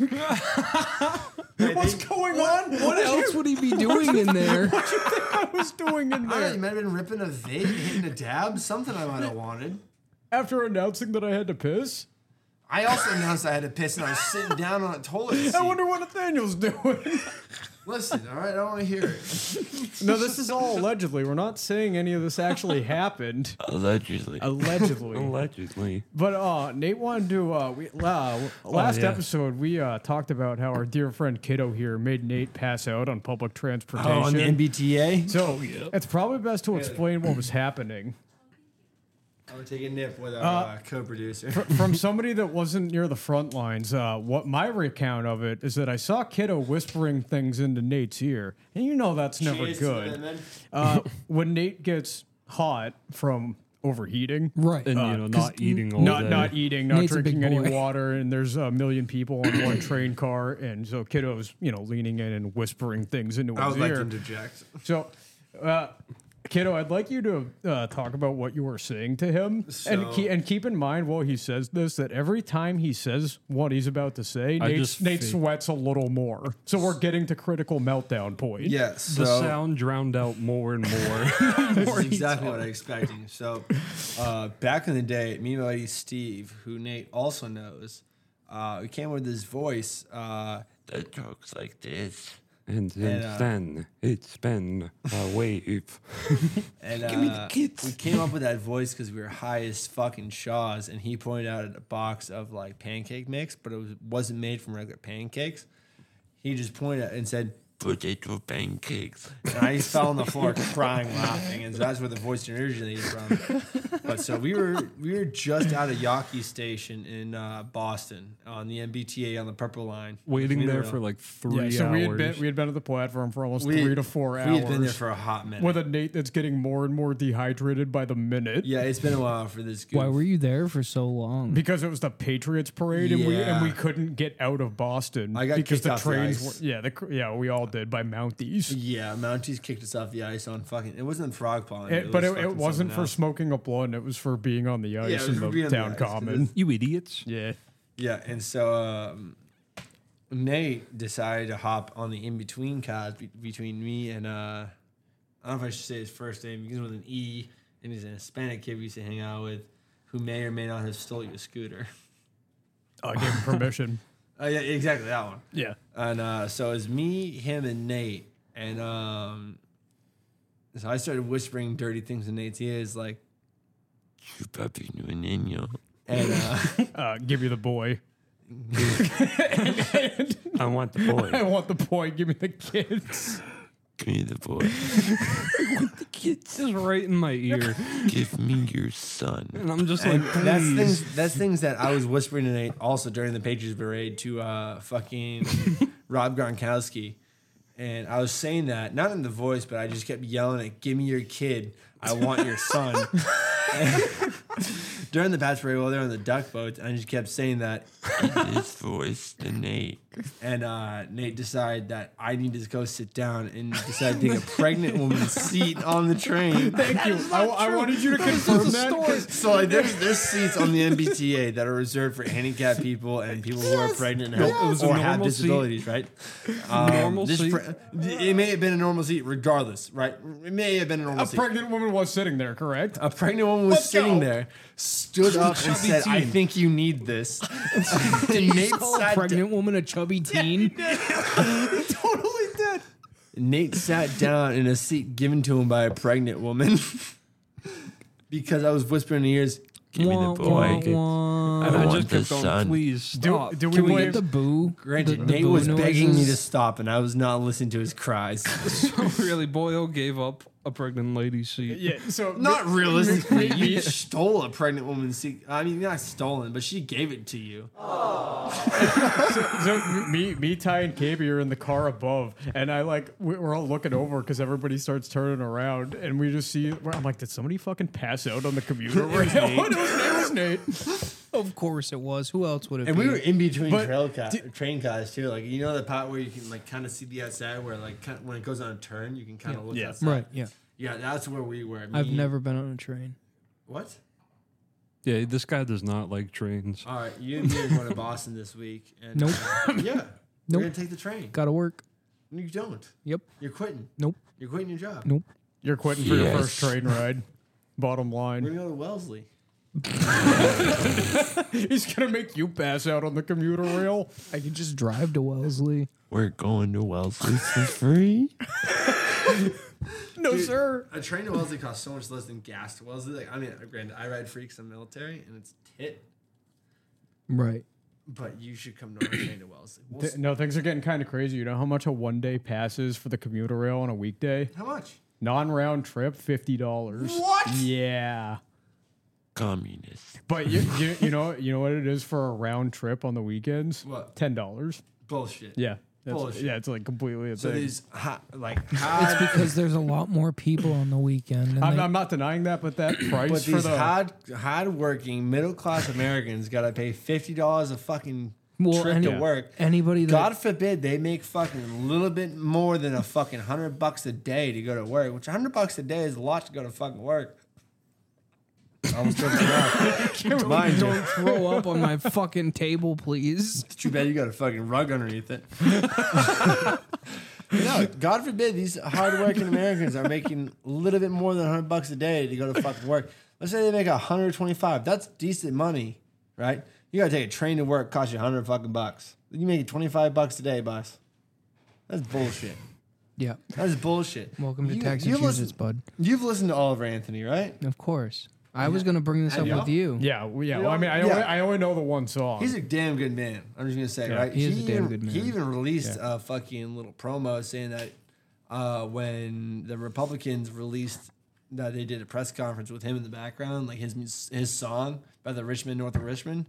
Speaker 2: What's going on?
Speaker 3: What else would he be doing in there?
Speaker 2: I was doing in
Speaker 1: I don't know, you
Speaker 2: there
Speaker 1: might have been ripping a vape, hitting a dab, something I might have wanted."
Speaker 2: after announcing that I had to piss.
Speaker 1: I also announced I had to piss and I was sitting down on a toilet. Seat.
Speaker 2: I wonder what Nathaniel's doing.
Speaker 1: Listen, all right, I don't want to hear it.
Speaker 2: No, this is all allegedly. We're not saying any of this actually happened.
Speaker 5: Allegedly.
Speaker 2: Allegedly.
Speaker 5: Allegedly. Oh,
Speaker 2: But uh, Nate wanted to. Uh, we, uh, last
Speaker 4: yeah.
Speaker 2: episode, we uh, talked about how our dear friend Kiddo here made Nate pass out Oh, on public transportation.
Speaker 5: Oh,
Speaker 1: MBTA?
Speaker 2: so it's probably best to explain what was happening.
Speaker 1: I'm gonna take a nip with our uh, co-producer.
Speaker 2: From somebody that wasn't near the front lines, uh, what my recount of it is that I saw Kiddo whispering things into Nate's ear, and you know that's never
Speaker 1: Cheers to them,
Speaker 2: good.
Speaker 1: man.
Speaker 2: Uh, when Nate gets hot from overheating,
Speaker 3: Right.
Speaker 4: And, you know, not eating all
Speaker 2: not
Speaker 4: day.
Speaker 2: not eating, not
Speaker 3: Nate's a big
Speaker 2: drinking any
Speaker 3: boy.
Speaker 2: water, and there's a million people on one train car, and so Kiddo's you know leaning in and whispering things into
Speaker 1: I
Speaker 2: his
Speaker 1: would like
Speaker 2: ear.
Speaker 1: to interject.
Speaker 2: So, uh, kiddo, I'd like you to uh, talk about what you were saying to him,
Speaker 1: So-
Speaker 2: and ke- and keep in mind while he says this that every time he says what he's about to say,
Speaker 4: I
Speaker 2: Nate,
Speaker 4: just
Speaker 2: Nate
Speaker 4: fake-
Speaker 2: sweats a little more. So we're getting to critical meltdown point.
Speaker 1: Yes.
Speaker 4: The sound drowned out more and more.
Speaker 1: This is exactly what I expected. So, uh, back in the day, me and my buddy Steve, who Nate also knows, uh, we came up with this voice. Uh,
Speaker 5: The joke's like this.
Speaker 4: and since
Speaker 1: uh,
Speaker 4: then, it's been a wave.
Speaker 1: and uh, we came up with that voice because we were high as fucking Shaw's, and he pointed out a box of like pancake mix, but it was, wasn't made from regular pancakes. He just pointed and said,
Speaker 5: Potato pancakes.
Speaker 1: and I just fell on the floor crying, laughing, and so that's where the voice originated from. But so we were we were just out of Yawkey Station in uh, Boston on the MBTA on the Purple Line,
Speaker 4: Waiting
Speaker 1: We
Speaker 4: there
Speaker 1: were-
Speaker 4: for like three
Speaker 2: Yeah, so
Speaker 4: hours.
Speaker 2: we had been we had been at the platform for almost
Speaker 1: we-
Speaker 2: three to four hours.
Speaker 1: We had been there for a hot minute.
Speaker 2: with a Nate that's getting more and more dehydrated by the minute.
Speaker 1: yeah, it's been a while for this. Goof.
Speaker 3: Why were you there for so long?
Speaker 2: Because it was the Patriots parade, and we and we
Speaker 1: Yeah.
Speaker 2: couldn't get out of Boston
Speaker 1: I got
Speaker 2: because
Speaker 1: kicked off the ice.
Speaker 2: were yeah the cr- yeah we all did by Mounties.
Speaker 1: Yeah, Mounties kicked us off the ice on fucking. It wasn't Frog Pond,
Speaker 2: It, but
Speaker 1: was
Speaker 2: it,
Speaker 1: fucking
Speaker 2: it wasn't
Speaker 1: something
Speaker 2: for
Speaker 1: else.
Speaker 2: smoking a blunt. It was for being on the ice
Speaker 1: it was
Speaker 2: in
Speaker 1: for
Speaker 2: the
Speaker 1: being on
Speaker 2: town
Speaker 1: the ice, 'cause
Speaker 2: common.
Speaker 4: you idiots.
Speaker 2: Yeah.
Speaker 1: Yeah, and so um, Nate decided to hop on the in between cars be- between me and uh, I don't know if I should say his first name. Begins with an E, and he's an Hispanic kid we used to hang out with, who may or may not have stole your scooter.
Speaker 2: I gave Uh, him permission.
Speaker 1: Oh yeah, exactly that one.
Speaker 2: yeah.
Speaker 1: And uh, so it was me, him, and Nate. And um, so I started whispering dirty things in Nate's ears, like,
Speaker 5: Chupapino Nino.
Speaker 1: and uh,
Speaker 2: Uh, give me the boy.
Speaker 5: I want the
Speaker 2: I
Speaker 5: boy.
Speaker 2: want the boy. Give me the kids.
Speaker 5: Give me the boy.
Speaker 4: Just right in my ear.
Speaker 5: Give me your son.
Speaker 4: And I'm just like, please.
Speaker 1: that's things that's things that I was whispering to Nate also during the Patriots parade to uh, fucking Rob Gronkowski. And I was saying that, not in the voice, but I just kept yelling at give me your kid. I want your son. during the patch parade while they were on the duck boats, I just kept saying that.
Speaker 5: His voice to Nate.
Speaker 1: And uh, Nate decided that I need to go sit down and decided to take a pregnant woman's seat on the train.
Speaker 2: Thank you. I, I wanted you to confirm that. 'cause-
Speaker 1: So like, there's there's seats on the MBTA that are reserved for handicapped people and people who are pregnant and
Speaker 4: It was a
Speaker 1: or have
Speaker 4: normal seat.
Speaker 1: disabilities, right? Um,
Speaker 4: Normal
Speaker 1: this
Speaker 4: seat.
Speaker 1: it may have been a normal seat, regardless, right? It may have been a normal
Speaker 2: A
Speaker 1: seat.
Speaker 2: pregnant woman was sitting there, correct?
Speaker 1: a pregnant woman was
Speaker 2: Let's
Speaker 1: sitting
Speaker 2: go.
Speaker 1: there, stood up and
Speaker 4: Chubby
Speaker 1: said, "I
Speaker 4: teen.
Speaker 1: think you need this." and Nate
Speaker 3: Call a
Speaker 1: sat
Speaker 3: pregnant woman a chubby teen?
Speaker 1: totally did. Nate sat down in a seat given to him by a pregnant woman because I was whispering in the ears.
Speaker 5: Give me the boy.
Speaker 4: I,
Speaker 5: I want
Speaker 4: just kept
Speaker 5: the
Speaker 4: going,
Speaker 5: sun.
Speaker 4: please
Speaker 2: Do,
Speaker 4: stop.
Speaker 2: do we
Speaker 3: Can we
Speaker 2: blame
Speaker 3: get the boo?
Speaker 1: Granted,
Speaker 3: the, the
Speaker 1: Nate
Speaker 3: boo
Speaker 1: was
Speaker 3: noises?
Speaker 1: begging me to stop, and I was not listening to his cries.
Speaker 3: Oh,
Speaker 4: really, Boyle gave up a pregnant lady's seat.
Speaker 2: yeah, so
Speaker 1: not
Speaker 2: me-
Speaker 1: realistically,
Speaker 2: me- me-
Speaker 1: you stole a pregnant woman's seat. I mean, not stolen, but she gave it to you.
Speaker 2: So me, me, Ty, and KB are in the car above, and I like we- we're all looking over because everybody starts turning around, and we just see. I'm like, did somebody fucking pass out on the commuter? right now? it, was, it was Nate.
Speaker 3: Of course it was. Who else would have?
Speaker 1: And we were in between
Speaker 2: But
Speaker 1: trail ca- train cars too. Like you know the part where you can like kind of see the outside, where like kind when it goes on a turn, you can kind of look
Speaker 2: Yeah.
Speaker 1: outside.
Speaker 3: right. Yeah,
Speaker 1: Yeah, that's where we were.
Speaker 3: I've
Speaker 1: Me-
Speaker 3: never been on a train.
Speaker 1: what.
Speaker 4: Yeah, this guy does not like trains.
Speaker 1: All right, you and me are going to Boston this week. And,
Speaker 3: Nope.
Speaker 1: uh, yeah. We're
Speaker 3: Nope.
Speaker 1: going to take the train.
Speaker 3: Got to work.
Speaker 1: No, you don't.
Speaker 3: Yep.
Speaker 1: You're quitting.
Speaker 3: Nope.
Speaker 1: You're quitting your job.
Speaker 3: Nope.
Speaker 2: You're quitting for your
Speaker 5: Yes.
Speaker 2: first train ride. Bottom
Speaker 1: We're
Speaker 2: line,
Speaker 1: going to go to Wellesley.
Speaker 2: He's gonna make you pass out on the commuter rail.
Speaker 3: I could just drive to Wellesley.
Speaker 5: We're going to Wellesley for free.
Speaker 2: No, sir.
Speaker 1: A train to Wellesley costs so much less than gas to Wellesley. Like, I mean, granted, I ride freaks in the military, and it's tit.
Speaker 3: Right.
Speaker 1: But you should come to our train to Wellesley. We'll
Speaker 2: Th-
Speaker 1: s-
Speaker 2: no, things are getting kind of crazy. You know how much a one day pass is for the commuter rail on a weekday?
Speaker 1: How much?
Speaker 2: Non round trip, fifty dollars.
Speaker 1: What?
Speaker 2: Yeah.
Speaker 5: Communist.
Speaker 2: But you, you you know you know what it is for a round trip on the weekends?
Speaker 1: What?
Speaker 2: Ten dollars.
Speaker 1: Bullshit.
Speaker 2: Yeah. That's,
Speaker 1: Bullshit.
Speaker 2: Yeah, it's like completely a
Speaker 1: So
Speaker 2: thing.
Speaker 1: these, ha, like, hard,
Speaker 3: Because there's a lot more people on the weekend. And
Speaker 2: I'm,
Speaker 3: they-
Speaker 2: I'm not denying that, but that price
Speaker 1: but
Speaker 2: for
Speaker 1: these
Speaker 2: the
Speaker 1: hard, hard-working middle-class Americans gotta pay fifty dollars a fucking
Speaker 3: Well,
Speaker 1: trip
Speaker 3: any-
Speaker 1: to work.
Speaker 3: anybody that
Speaker 1: God forbid they make fucking a little bit more than a fucking hundred bucks a day to go to work, which hundred bucks a day is a lot to go to fucking work. I almost took it off. Mind you,
Speaker 3: don't throw up on my fucking table, please.
Speaker 1: too bad you got a fucking rug underneath it. no, God forbid these hardworking Americans are making a little bit more than hundred bucks a day to go to fucking work. Let's say they make hundred twenty-five. That's decent money, right? You gotta take a train to work, cost you hundred fucking bucks. You make twenty-five bucks a day, boss. That's bullshit.
Speaker 3: Yeah.
Speaker 1: That's bullshit.
Speaker 3: Welcome to
Speaker 1: You-
Speaker 3: Texas,
Speaker 1: you've
Speaker 3: Massachusetts,
Speaker 1: listened,
Speaker 3: bud.
Speaker 1: you've listened to Oliver Anthony, right?
Speaker 3: Of course. I was gonna bring this
Speaker 1: Have
Speaker 3: up
Speaker 1: y'all?
Speaker 3: with you.
Speaker 2: Yeah, well, yeah. Well, I mean, I,
Speaker 1: Yeah.
Speaker 2: only, I only know the one song.
Speaker 1: He's a damn good man. I'm just gonna say, right?
Speaker 3: he is a damn
Speaker 1: even,
Speaker 3: good
Speaker 1: He
Speaker 3: man.
Speaker 1: even released a fucking little promo saying that uh, when the Republicans released that they did a press conference with him in the background, like his mus- his song by the Richmond North of Richmond,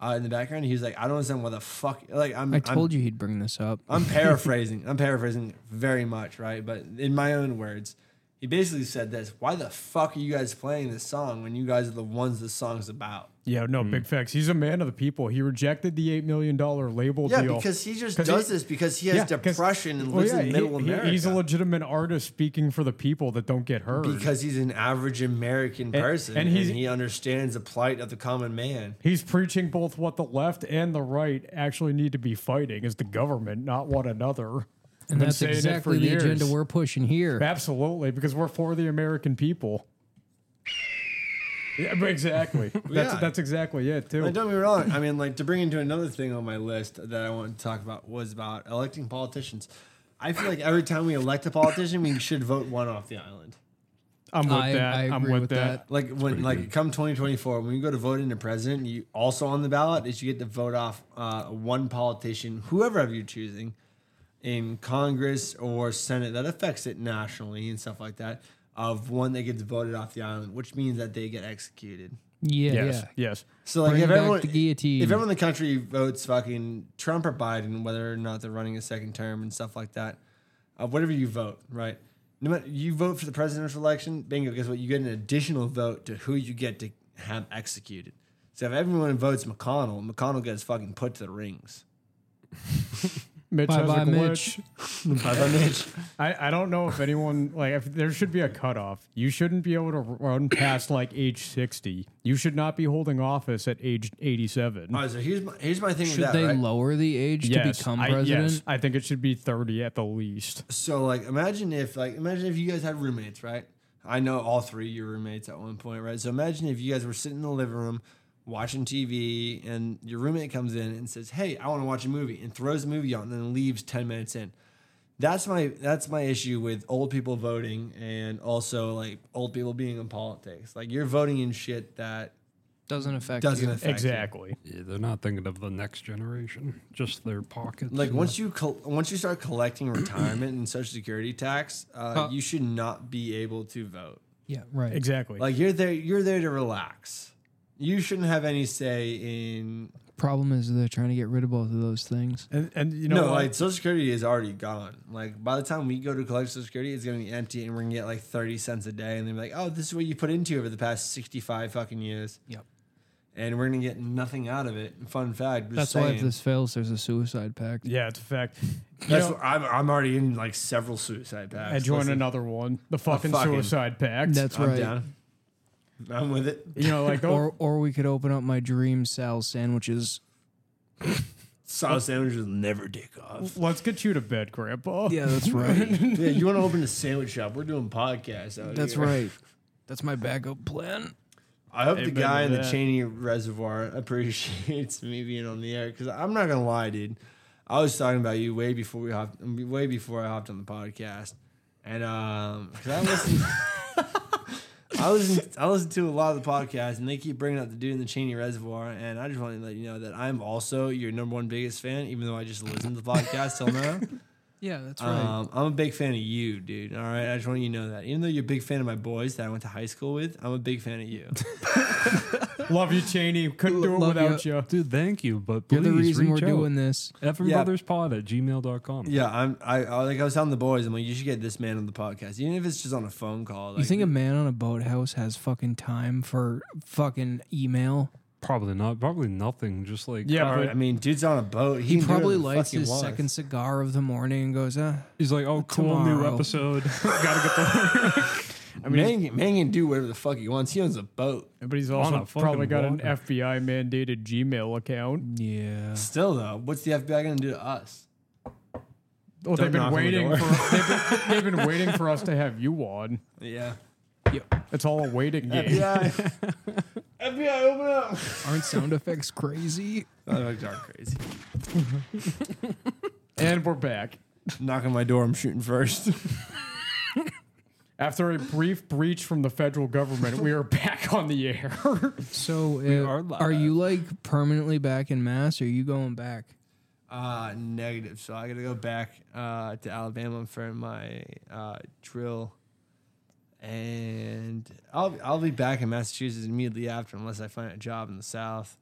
Speaker 1: uh, in the background, he was like, "I don't understand why the fuck." Like I'm,
Speaker 3: I told you he'd bring this up.
Speaker 1: I'm paraphrasing. I'm paraphrasing very much, right? But in my own words, he basically said this: "Why the fuck are you guys playing this song when you guys are the ones the song's about?"
Speaker 2: yeah,
Speaker 3: Hmm.
Speaker 2: no, big facts. He's a man of the people. He rejected the eight million dollar label
Speaker 1: Yeah,
Speaker 2: deal.
Speaker 1: because he just
Speaker 2: 'Cause
Speaker 1: does
Speaker 2: he-
Speaker 1: this because he has
Speaker 2: 'cause-
Speaker 1: depression and
Speaker 2: well,
Speaker 1: lives
Speaker 2: yeah,
Speaker 1: in
Speaker 2: he-
Speaker 1: middle
Speaker 2: he-
Speaker 1: America.
Speaker 2: He's a legitimate artist speaking for the people that don't get heard.
Speaker 1: because he's an average American person and,
Speaker 2: and he's-
Speaker 1: he understands the plight of the common man.
Speaker 2: he's preaching both what the left and the right actually need to be fighting is the government, not one another.
Speaker 3: And
Speaker 2: Been
Speaker 3: that's
Speaker 2: saying it
Speaker 3: exactly
Speaker 2: for
Speaker 3: the
Speaker 2: years.
Speaker 3: agenda we're pushing here.
Speaker 2: Absolutely, because we're for the American people. Yeah, but exactly. That's
Speaker 1: Yeah.
Speaker 2: that's exactly it too.
Speaker 1: Like, don't be wrong. I mean, like to bring into another thing on my list that I wanted to talk about was about electing politicians. I feel like every time we elect a politician, we should vote one off the island.
Speaker 2: I'm with
Speaker 3: I-
Speaker 2: that.
Speaker 3: I
Speaker 2: am
Speaker 3: agree
Speaker 2: with,
Speaker 3: with
Speaker 2: that.
Speaker 3: that.
Speaker 1: Like when, like come 2024, when you go to vote into president, you also on the ballot is you get to vote off uh, one politician, whoever of you choosing, in Congress or Senate that affects it nationally and stuff like that, of one that gets voted off the island, which means that they get executed.
Speaker 3: Yeah,
Speaker 2: Yes.
Speaker 3: yeah.
Speaker 2: Yes.
Speaker 1: So like
Speaker 3: Bring
Speaker 1: if
Speaker 3: back
Speaker 1: everyone
Speaker 3: the guillotine.
Speaker 1: if everyone in the country votes fucking Trump or Biden, whether or not they're running a second term and stuff like that, uh, whatever you vote, right? No matter you vote for the presidential election, bingo. Guess what? You get an additional vote to who you get to have executed. So if everyone votes McConnell, McConnell gets fucking put to the rings.
Speaker 2: Mitch
Speaker 3: Bye
Speaker 2: has
Speaker 3: bye,
Speaker 2: a glitch.
Speaker 3: Mitch.
Speaker 2: I, I don't know if anyone like if there should be a cutoff. You shouldn't be able to run past like age sixty. You should not be holding office at age eighty seven.
Speaker 1: All right, so here's my here's my thing
Speaker 3: Should
Speaker 1: with that.
Speaker 3: they
Speaker 1: right?
Speaker 3: lower the age to become
Speaker 2: I,
Speaker 3: president?
Speaker 2: yes, I think it should be thirty at the least.
Speaker 1: So like imagine if like imagine if you guys had roommates, right? I know all three of your roommates at one point, right? So imagine if you guys were sitting in the living room watching TV and your roommate comes in and says, "Hey, I want to watch a movie." and throws a movie on and then leaves 10 minutes in. That's my that's my issue with old people voting and also like old people being in politics. Like you're voting in shit that
Speaker 3: Doesn't affect
Speaker 1: doesn't
Speaker 3: you.
Speaker 1: affect you.
Speaker 2: exactly.
Speaker 4: Yeah, they're not thinking of the next generation, just their pockets.
Speaker 1: Like once you col- once you start collecting retirement and social security tax, uh,
Speaker 3: Huh.
Speaker 1: you should not be able to vote.
Speaker 3: Yeah, right.
Speaker 2: Exactly.
Speaker 1: Like you're there, you're there to relax. You shouldn't have any say in.
Speaker 3: Problem is they're trying to get rid of both of those things.
Speaker 2: and, and you know
Speaker 1: No,
Speaker 2: what?
Speaker 1: like Social Security is already gone. Like by the time we go to collect Social Security, it's gonna be empty, and we're gonna get like thirty cents a day, and they're like, "Oh, this is what you put into over the past sixty-five fucking years,"
Speaker 3: Yep.
Speaker 1: and we're gonna get nothing out of it. Fun fact.
Speaker 3: That's
Speaker 1: Just
Speaker 3: why
Speaker 1: saying.
Speaker 3: if this fails, there's a suicide pact.
Speaker 2: yeah, it's a fact. You
Speaker 1: That's
Speaker 2: know,
Speaker 1: what- I'm, I'm already in like several suicide paths.
Speaker 2: I join
Speaker 1: Listen,
Speaker 2: another one. The fucking,
Speaker 1: fucking-
Speaker 2: suicide pact.
Speaker 3: That's
Speaker 1: I'm
Speaker 3: right.
Speaker 1: down. I'm with it.
Speaker 2: you know, like
Speaker 3: Or or we could open up my dream Sal sandwiches.
Speaker 1: Sour sandwiches will never take off.
Speaker 2: let's get you to bed, Grandpa.
Speaker 3: Yeah, that's right.
Speaker 1: yeah, you want to open a sandwich shop? We're doing podcasts. Out
Speaker 3: that's
Speaker 1: here.
Speaker 3: right. That's my backup plan.
Speaker 1: I hope the
Speaker 2: Amen
Speaker 1: guy
Speaker 2: to
Speaker 1: in the
Speaker 2: that.
Speaker 1: Cheney Reservoir appreciates me being on the air because I'm not gonna lie, dude. I was talking about you way before we hopped, way before I hopped on the podcast, and um, 'cause I listened, I listen, I listen to a lot of the podcasts, and they keep bringing up the dude in the Cheney Reservoir, and I just want to let you know that I'm also your number one biggest fan, even though I just listened to the podcast till now.
Speaker 3: Yeah, that's right.
Speaker 1: Um, I'm a big fan of you, dude. All right, I just want you to know that. Even though you're a big fan of my boys that I went to high school with, I'm a big fan of you.
Speaker 2: Love you, Cheney. Couldn't do it
Speaker 3: Love
Speaker 2: without you.
Speaker 4: Dude, thank you, but
Speaker 3: You're
Speaker 4: please
Speaker 3: the reason we're
Speaker 4: reach out.
Speaker 3: doing this.
Speaker 4: Effing
Speaker 1: Yeah.
Speaker 4: Brothers Pod at gmail.com.
Speaker 1: Yeah, I'm. I, I like. I was telling the boys, I'm like, you should get this man on the podcast, even if it's just on a phone call. Like,
Speaker 3: you think a man on a boathouse has fucking time for fucking email?
Speaker 4: Probably not. Probably nothing. Just like
Speaker 2: Yeah,
Speaker 1: All right, I mean, dude's on a boat.
Speaker 3: He,
Speaker 1: can do
Speaker 3: probably
Speaker 1: whatever the
Speaker 3: lights
Speaker 1: fuck he
Speaker 3: his
Speaker 1: wants.
Speaker 3: second cigar of the morning and goes, uh,
Speaker 4: he's like, oh, cool new
Speaker 3: Tomorrow.
Speaker 4: episode. Gotta get the
Speaker 1: I mean, man, can- man can do whatever the fuck he wants. He owns a boat.
Speaker 2: But he's
Speaker 4: On
Speaker 2: also
Speaker 4: a fucking
Speaker 2: probably got an
Speaker 4: water.
Speaker 2: FBI mandated Gmail account.
Speaker 3: yeah.
Speaker 1: Still though, what's the FBI gonna do to us?
Speaker 2: Well,
Speaker 1: Don't
Speaker 2: they've been
Speaker 1: knock on the
Speaker 2: waiting
Speaker 1: door.
Speaker 2: for they've been, they've been waiting for us to have you on.
Speaker 1: Yeah.
Speaker 2: It's all a waiting game.
Speaker 1: FBI. FBI, open up.
Speaker 3: Aren't sound effects crazy?
Speaker 1: That dark crazy.
Speaker 2: And we're back.
Speaker 1: Knock on my door. I'm shooting first.
Speaker 2: After a brief breach from the federal government, we are back on the air.
Speaker 3: So, uh,
Speaker 1: are
Speaker 3: are,
Speaker 1: live.
Speaker 3: you like permanently back in Mass or are you going back?
Speaker 1: Uh, negative. So I got to go back uh, to Alabama for my uh, drill, and I'll I'll be back in Massachusetts immediately after, unless I find a job in the South.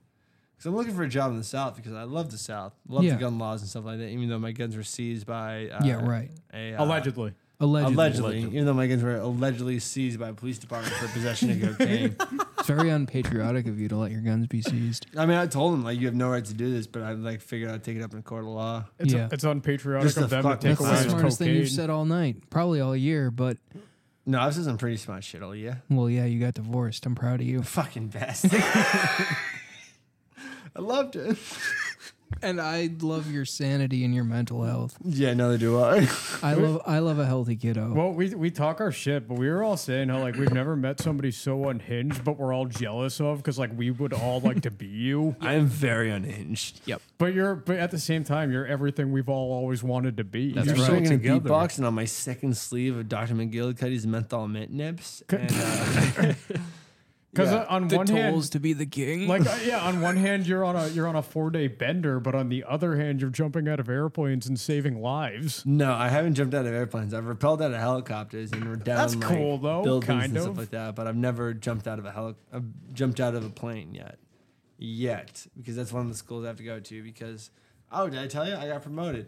Speaker 1: Because I'm looking for a job in the South because I love the South, love
Speaker 3: Yeah.
Speaker 1: the gun laws and stuff like that. Even though my guns were seized by uh,
Speaker 3: yeah, right.
Speaker 1: a, uh,
Speaker 2: Allegedly.
Speaker 3: Allegedly.
Speaker 1: Allegedly, even though my guns were allegedly seized by a police department for possession of cocaine.
Speaker 3: It's very unpatriotic of you to let your guns be seized.
Speaker 1: I mean, I told them like you have no right to do this, but I like figured I'd take it up in a court of law.
Speaker 2: It's,
Speaker 3: Yeah.
Speaker 2: it's unpatriotic
Speaker 1: Just
Speaker 2: of
Speaker 1: the
Speaker 2: them to
Speaker 1: fuck-
Speaker 2: take
Speaker 3: That's
Speaker 1: Cool.
Speaker 2: away
Speaker 3: the
Speaker 2: his
Speaker 3: smartest thing
Speaker 2: cocaine.
Speaker 3: you've said all night, probably all year, but
Speaker 1: No, I've said some pretty smart shit all year.
Speaker 3: well, yeah, you got divorced. I'm proud of you.
Speaker 1: fucking best. I loved it.
Speaker 3: And I love your sanity and your mental health.
Speaker 1: Yeah, neither do I.
Speaker 3: I love I love a healthy kiddo.
Speaker 2: Well, we, we talk our shit, but we were all saying how like we've never met somebody so unhinged, but we're all jealous of because like we would all like to be you.
Speaker 1: I am very unhinged. Yep.
Speaker 2: But you're but at the same time, you're everything we've all always wanted to be.
Speaker 1: You're
Speaker 2: You're
Speaker 4: right.
Speaker 2: so-
Speaker 1: swinging a
Speaker 4: Together.
Speaker 1: beatbox and on my second sleeve of Dr. McGillicuddy's menthol mint nips. And, uh,
Speaker 2: 'cause,
Speaker 1: Yeah.
Speaker 2: uh, on
Speaker 3: the
Speaker 2: one
Speaker 3: tolls
Speaker 2: hand,
Speaker 3: to be the king.
Speaker 2: like uh, yeah on one hand you're on a you're on a four day bender but on the other hand you're jumping out of airplanes and saving lives
Speaker 1: no, I haven't jumped out of airplanes. I've rappelled out of helicopters and we're down
Speaker 2: That's
Speaker 1: like,
Speaker 2: cool, though,
Speaker 1: buildings
Speaker 2: kind
Speaker 1: and stuff
Speaker 2: of.
Speaker 1: like that. But I've never jumped out of a heli- I've jumped out of a plane yet, yet because that's one of the schools I have to go to. Because oh, did I tell you I got promoted?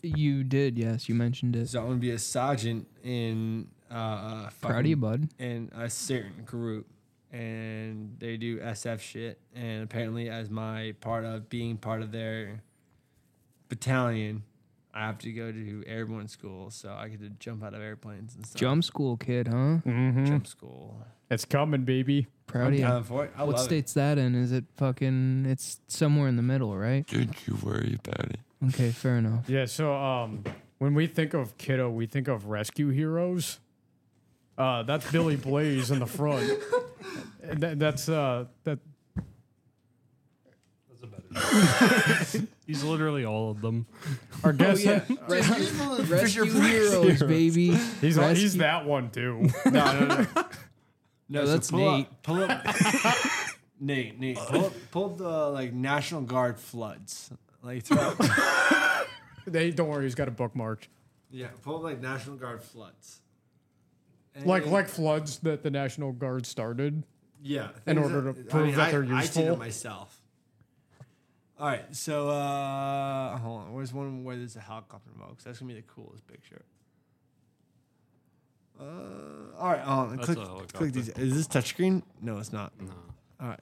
Speaker 3: you did, yes, you mentioned it.
Speaker 1: So I'm gonna be a sergeant in uh,
Speaker 3: Proud of you, bud.
Speaker 1: and a certain group and they do SF shit and apparently as my part of being part of their battalion I have to go to airborne school so I get to jump out of airplanes and stuff.
Speaker 3: Jump school kid, huh?
Speaker 1: jump school.
Speaker 2: it's coming baby
Speaker 3: Proud of you.
Speaker 1: Down for it. I
Speaker 3: what
Speaker 1: love
Speaker 3: state's that in? Is it fucking? It's somewhere in the middle, right?
Speaker 5: Don't you worry about it.
Speaker 3: Okay, fair enough.
Speaker 2: yeah so um when we think of kiddo we think of rescue heroes uh that's billy blaze in the front And that- that's uh that
Speaker 4: He's literally all of them.
Speaker 2: our guest
Speaker 3: Oh, Rescue,
Speaker 1: Fisher
Speaker 3: rescue
Speaker 1: Price
Speaker 3: heroes, baby.
Speaker 2: he's he's
Speaker 3: Rescue-
Speaker 2: that one too
Speaker 1: it. No, no, no. No,
Speaker 3: Oh,
Speaker 1: so
Speaker 3: that's
Speaker 1: pull up-
Speaker 3: Nate.
Speaker 1: pull up Nate, Nate, pull up, pull up the like National Guard floods. Like throw up-
Speaker 2: they don't worry he's got a bookmark
Speaker 1: Yeah, pull up like National Guard floods. And
Speaker 2: like like floods that the national guard started
Speaker 1: Yeah.
Speaker 2: In
Speaker 1: things
Speaker 2: order to
Speaker 1: I
Speaker 2: prove that
Speaker 1: I-
Speaker 2: they're
Speaker 1: I did
Speaker 2: useful.
Speaker 1: it myself. All right, so uh, hold on. Where's one where there's a helicopter mode? 'Cause that's gonna be the coolest picture. Uh, all right, hold on.
Speaker 4: That's
Speaker 1: click,
Speaker 4: a
Speaker 1: click
Speaker 4: helicopter.
Speaker 1: these. Is this touchscreen? No, it's not. No. All right.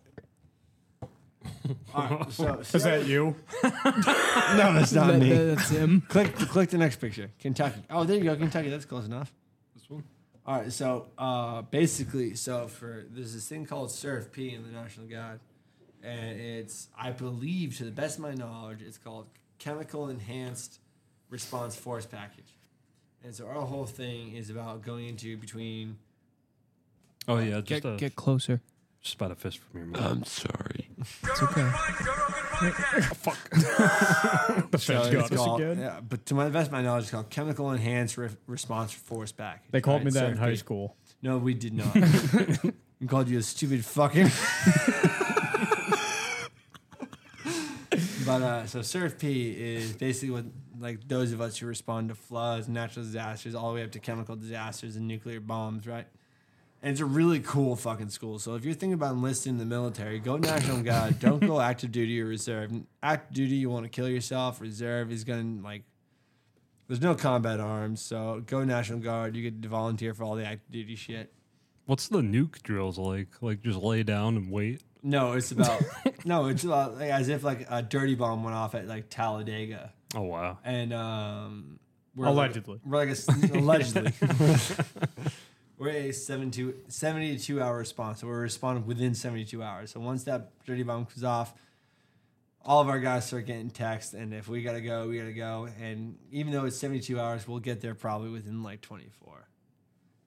Speaker 1: All right. So,
Speaker 2: is that you
Speaker 1: no, that's not
Speaker 3: That-
Speaker 1: me.
Speaker 3: that- that's him.
Speaker 1: Click, click the next picture. Kentucky. Oh, there you go. Kentucky. That's close enough.
Speaker 4: This one?
Speaker 1: All right, so uh, basically, so for there's this thing called SurfP in the National Guard, and it's I believe to the best of my knowledge, it's called Chemical Enhanced Response Force Package, and so our whole thing is about going into between
Speaker 4: Oh yeah, just
Speaker 3: Get,
Speaker 4: a
Speaker 3: get closer.
Speaker 4: Just about a fist from your mouth.
Speaker 5: I'm sorry.
Speaker 3: It's okay.
Speaker 2: The feds got us again.
Speaker 1: Yeah, but to my best of my knowledge, it's called chemical enhanced Re- response force back.
Speaker 2: They called me
Speaker 1: Right,
Speaker 2: that in high
Speaker 1: CRP.
Speaker 2: school.
Speaker 1: No, we did not. we called you a stupid fucking. but uh, so surf P is basically what like those of us who respond to floods, natural disasters, all the way up to chemical disasters and nuclear bombs, right? And it's a really cool fucking school. So if you're thinking about enlisting in the military, go National Guard. Don't go active duty or reserve. Active duty, you want to kill yourself. Reserve is going to like there's no combat arms, so go National Guard. You get to volunteer for all the active duty shit.
Speaker 4: What's the nuke drills like? Like just lay down and wait.
Speaker 1: No, it's about no, it's about like, as if like a dirty bomb went off at like Talladega,
Speaker 4: Oh wow.
Speaker 1: and um, we're
Speaker 2: Allegedly.
Speaker 1: like, we're like a, s- allegedly. we're a 72, 72 hour response. So we're responding within seventy two hours. So once that dirty bomb comes off, all of our guys start getting texts, and if we gotta go, we gotta go. And even though it's seventy two hours, we'll get there probably within like twenty four.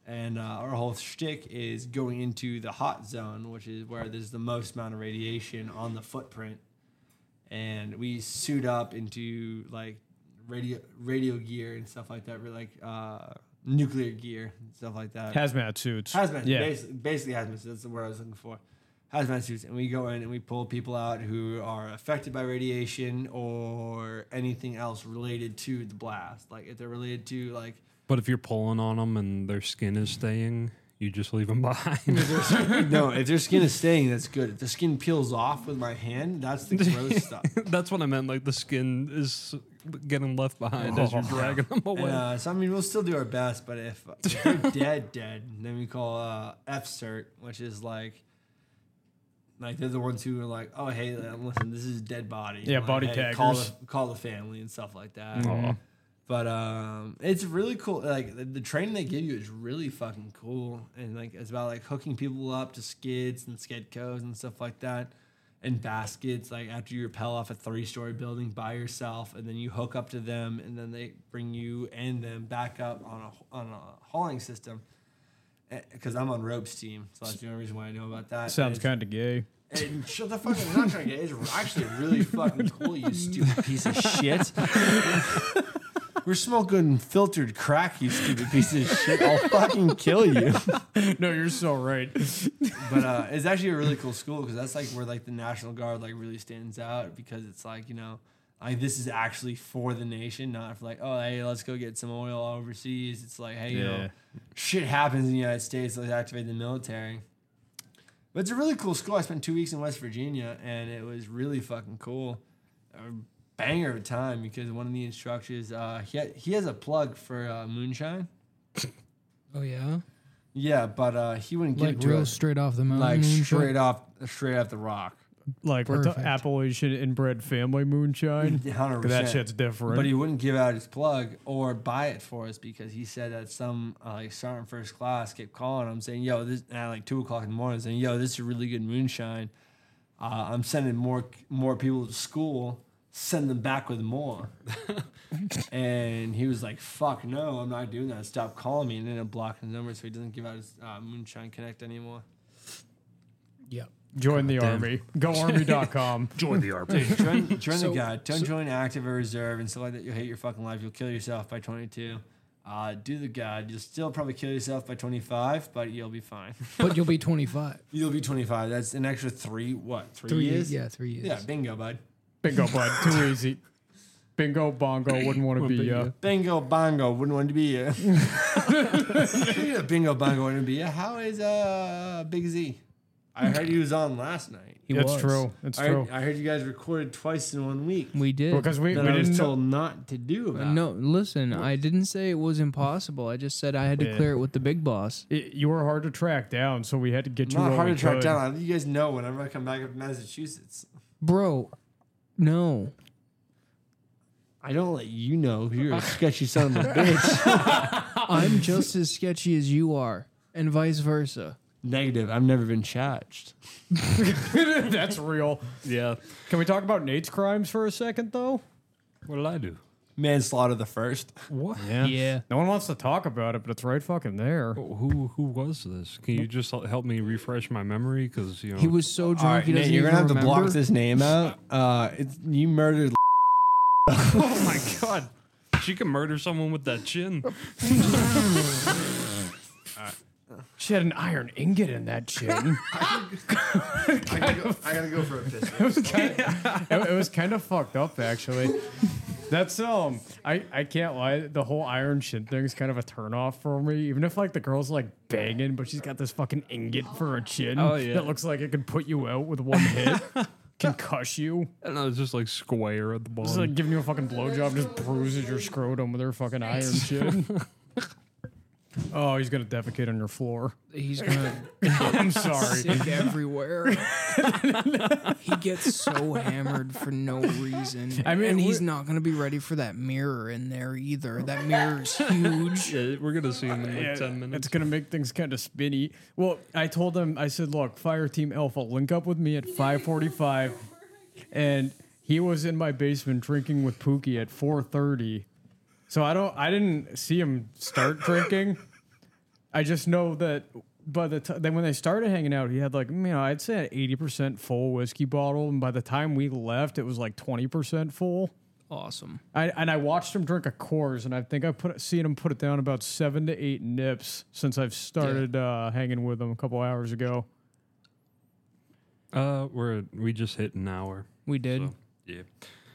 Speaker 1: And uh, our whole shtick is going into the hot zone, which is where there's the most amount of radiation on the footprint. And we suit up into like radio radio gear and stuff like that, really, like uh, nuclear gear and stuff like that.
Speaker 2: Hazmat suits.
Speaker 1: Hazmat,
Speaker 2: Yeah.
Speaker 1: basically, basically hazmat. suits, That's the word I was looking for. Hazmat suits, and we go in and we pull people out who are affected by radiation or anything else related to the blast. Like if they're related to like
Speaker 4: But if you're pulling on them and their skin is staying, you just leave them behind.
Speaker 1: no, if their skin is staying, that's good. If the skin peels off with my hand, that's the gross stuff.
Speaker 4: That's what I meant. Like the skin is getting left behind as you're dragging them
Speaker 1: And,
Speaker 4: away.
Speaker 1: uh, so I mean, we'll still do our best, but if, if they're dead, dead, then we call uh, F cert, which is like. Like they're the ones who are like, oh hey, listen, this is a dead body.
Speaker 2: Yeah,
Speaker 1: Like,
Speaker 2: body
Speaker 1: hey, Call the,
Speaker 2: taggers.
Speaker 1: call the family and stuff like that.
Speaker 4: Aw.
Speaker 1: But um, it's really cool. Like the, the training they give you is really fucking cool, and like it's about like hooking people up to skids and skid coves and stuff like that, and baskets. Like after you rappel off a three-story building by yourself, and then you hook up to them, and then they bring you and them back up on a on a hauling system. Because I'm on ropes team, so that's the only reason why I know about that.
Speaker 2: Sounds
Speaker 1: It's-
Speaker 2: kind of gay.
Speaker 1: and shut the fuck up. We're not trying to get. It's actually really fucking cool, you stupid piece of shit. We're smoking filtered crack, you stupid piece of shit. I'll fucking kill you.
Speaker 2: no, you're so right.
Speaker 1: But uh, it's actually a really cool school because that's like where like the National Guard like really stands out because it's like you know like this is actually for the nation, not for like oh hey let's go get some oil overseas. It's like hey you
Speaker 2: Yeah.
Speaker 1: know shit happens in the United States. Let's activate the military. But it's a really cool school. I spent two weeks in West Virginia, and it was really fucking cool. A banger of a time because one of the instructors, uh, he, ha- he has a plug for uh, moonshine.
Speaker 3: Oh yeah,
Speaker 1: Yeah, but uh, he wouldn't give
Speaker 3: like
Speaker 1: it to
Speaker 3: real
Speaker 1: us.
Speaker 3: straight off the mountain.
Speaker 1: like
Speaker 3: and shit?
Speaker 1: straight off, straight off the rock.
Speaker 2: Like with the
Speaker 3: Perfect.
Speaker 2: Appalachian inbred family
Speaker 3: Hmm.
Speaker 2: moonshine.
Speaker 1: 100%.
Speaker 2: That shit's different.
Speaker 1: But he wouldn't give out his plug or buy it for us because he said that some uh, like sergeant first class kept calling him saying, "Yo, this at like two o'clock in the morning saying, yo, this is really good moonshine. Uh, I'm sending more more people to school. Send them back with more." and he was like, "Fuck no, I'm not doing that. Stop calling me." And ended up blocking his number so he doesn't give out his uh, moonshine connect anymore.
Speaker 3: Yep.
Speaker 2: Join the army. GoArmy.com.
Speaker 4: Join the army.
Speaker 1: join, join
Speaker 3: So-
Speaker 1: the guard. Don't join active or reserve and stuff like that. You'll hate your fucking life. You'll kill yourself by 22. Uh, do the guard. You'll still probably kill yourself by 25, but you'll be fine.
Speaker 3: But you'll be 25.
Speaker 1: You'll be 25. That's an extra three, what, three,
Speaker 3: Three
Speaker 1: years?
Speaker 3: years. Yeah, three years.
Speaker 1: Yeah, bingo, bud.
Speaker 2: Bingo, bud. Too easy. Bingo, bongo. Wouldn't want to be you.
Speaker 1: Bingo bongo wouldn't want to be you. Yeah, bingo bongo wouldn't be you. How is uh Big Z? I heard he was on last night.
Speaker 3: He
Speaker 2: It's
Speaker 3: was.
Speaker 2: true. It's
Speaker 1: I
Speaker 2: true.
Speaker 1: heard, I heard you guys recorded twice in one week.
Speaker 3: We did.
Speaker 2: Because we,
Speaker 1: that
Speaker 2: we
Speaker 1: I was
Speaker 2: didn't know.
Speaker 1: told not to do about.
Speaker 3: no, listen, I didn't say it was impossible. I just said I had to
Speaker 2: Yeah.
Speaker 3: clear it with the big boss.
Speaker 2: It, you were hard to track down, so we had to get you.
Speaker 1: not
Speaker 2: what
Speaker 1: hard
Speaker 2: we
Speaker 1: to track
Speaker 2: could.
Speaker 1: down. You guys know whenever I come back up to Massachusetts,
Speaker 3: Bro, no.
Speaker 1: I don't let you know. You're a sketchy son of a bitch.
Speaker 3: I'm just as sketchy as you are, and vice versa.
Speaker 1: Negative. I've never been charged.
Speaker 2: That's real.
Speaker 4: yeah.
Speaker 2: Can we talk about Nate's crimes for a second, though?
Speaker 4: What did I do?
Speaker 1: manslaughter the first.
Speaker 4: What?
Speaker 2: Yeah.
Speaker 3: Yeah.
Speaker 2: No one wants to talk about it, but it's right fucking there.
Speaker 4: Who who was this? Can you just hel- help me refresh my memory? Because you know
Speaker 3: He was so drunk he doesn't
Speaker 1: you're
Speaker 3: even
Speaker 1: gonna have
Speaker 3: remember.
Speaker 1: to block this name out. Uh, it's, you murdered.
Speaker 4: Oh my god, she can murder someone with that chin.
Speaker 2: She had an iron ingot in that chin.
Speaker 1: I gotta, go, I gotta go for a piss.
Speaker 2: it, was kind of, it, it was kind of fucked up, actually. That's um, I I can't lie. The whole iron shin thing's kind of a turnoff for me. Even if like the girl's like banging, but she's got this fucking ingot for a chin
Speaker 4: Oh, yeah.
Speaker 2: that looks like it could put you out with one hit, can cuss you.
Speaker 4: I don't know, it's just like square at the
Speaker 2: It's
Speaker 4: bottom.
Speaker 2: like giving you a fucking blowjob, just bruises your scrotum with her fucking iron chin. oh, he's gonna defecate on your floor.
Speaker 3: He's gonna
Speaker 2: I'm sorry.
Speaker 3: sick everywhere. he gets so hammered for no reason.
Speaker 2: I mean,
Speaker 3: and he's
Speaker 2: we-
Speaker 3: not gonna be ready for that mirror in there either. That mirror's huge.
Speaker 4: yeah, we're gonna see him in like
Speaker 2: Yeah,
Speaker 4: ten minutes.
Speaker 2: It's gonna make things kind of spinny. Well, I told them I said, "Look, Fire Team Alpha, link up with me at 5:45," and he was in my basement drinking with Pookie at 4:30. So I don't, I didn't see him start drinking. I just know that by the time then when they started hanging out, he had like you know I'd say an 80% full whiskey bottle, and by the time we left, it was like 20% full.
Speaker 3: Awesome.
Speaker 2: I, and I watched him drink a Coors, and I think I've put seen him put it down about seven to eight nips since I've started uh, hanging with him a couple hours ago.
Speaker 4: uh, we're we just hit an hour.
Speaker 3: We did.
Speaker 4: So, yeah.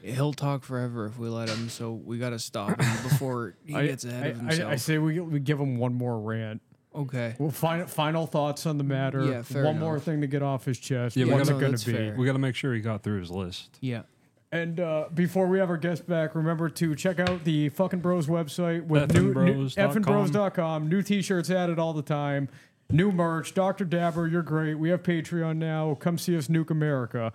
Speaker 3: He'll talk forever if we let him, so we gotta stop him before he
Speaker 2: I,
Speaker 3: gets ahead
Speaker 2: I-
Speaker 3: of
Speaker 2: I-
Speaker 3: himself.
Speaker 2: I, say we, we give him one more rant.
Speaker 3: okay.
Speaker 2: Well, final final thoughts on the matter.
Speaker 3: Yeah, fair
Speaker 2: one more
Speaker 3: enough.
Speaker 2: thing to get off his chest.
Speaker 4: Yeah, we
Speaker 2: What's
Speaker 4: gotta-
Speaker 2: it going
Speaker 3: that's
Speaker 2: to be?
Speaker 3: fair.
Speaker 4: We got to make sure he got through his list.
Speaker 3: Yeah.
Speaker 2: And uh, before we have our guest back, remember to check out the fucking bros website with new, new
Speaker 4: FNBros.com.
Speaker 2: FNBros.com. New t-shirts added all the time. New merch. Dr. Dabber, you're great. We have Patreon now. Come see us nuke America.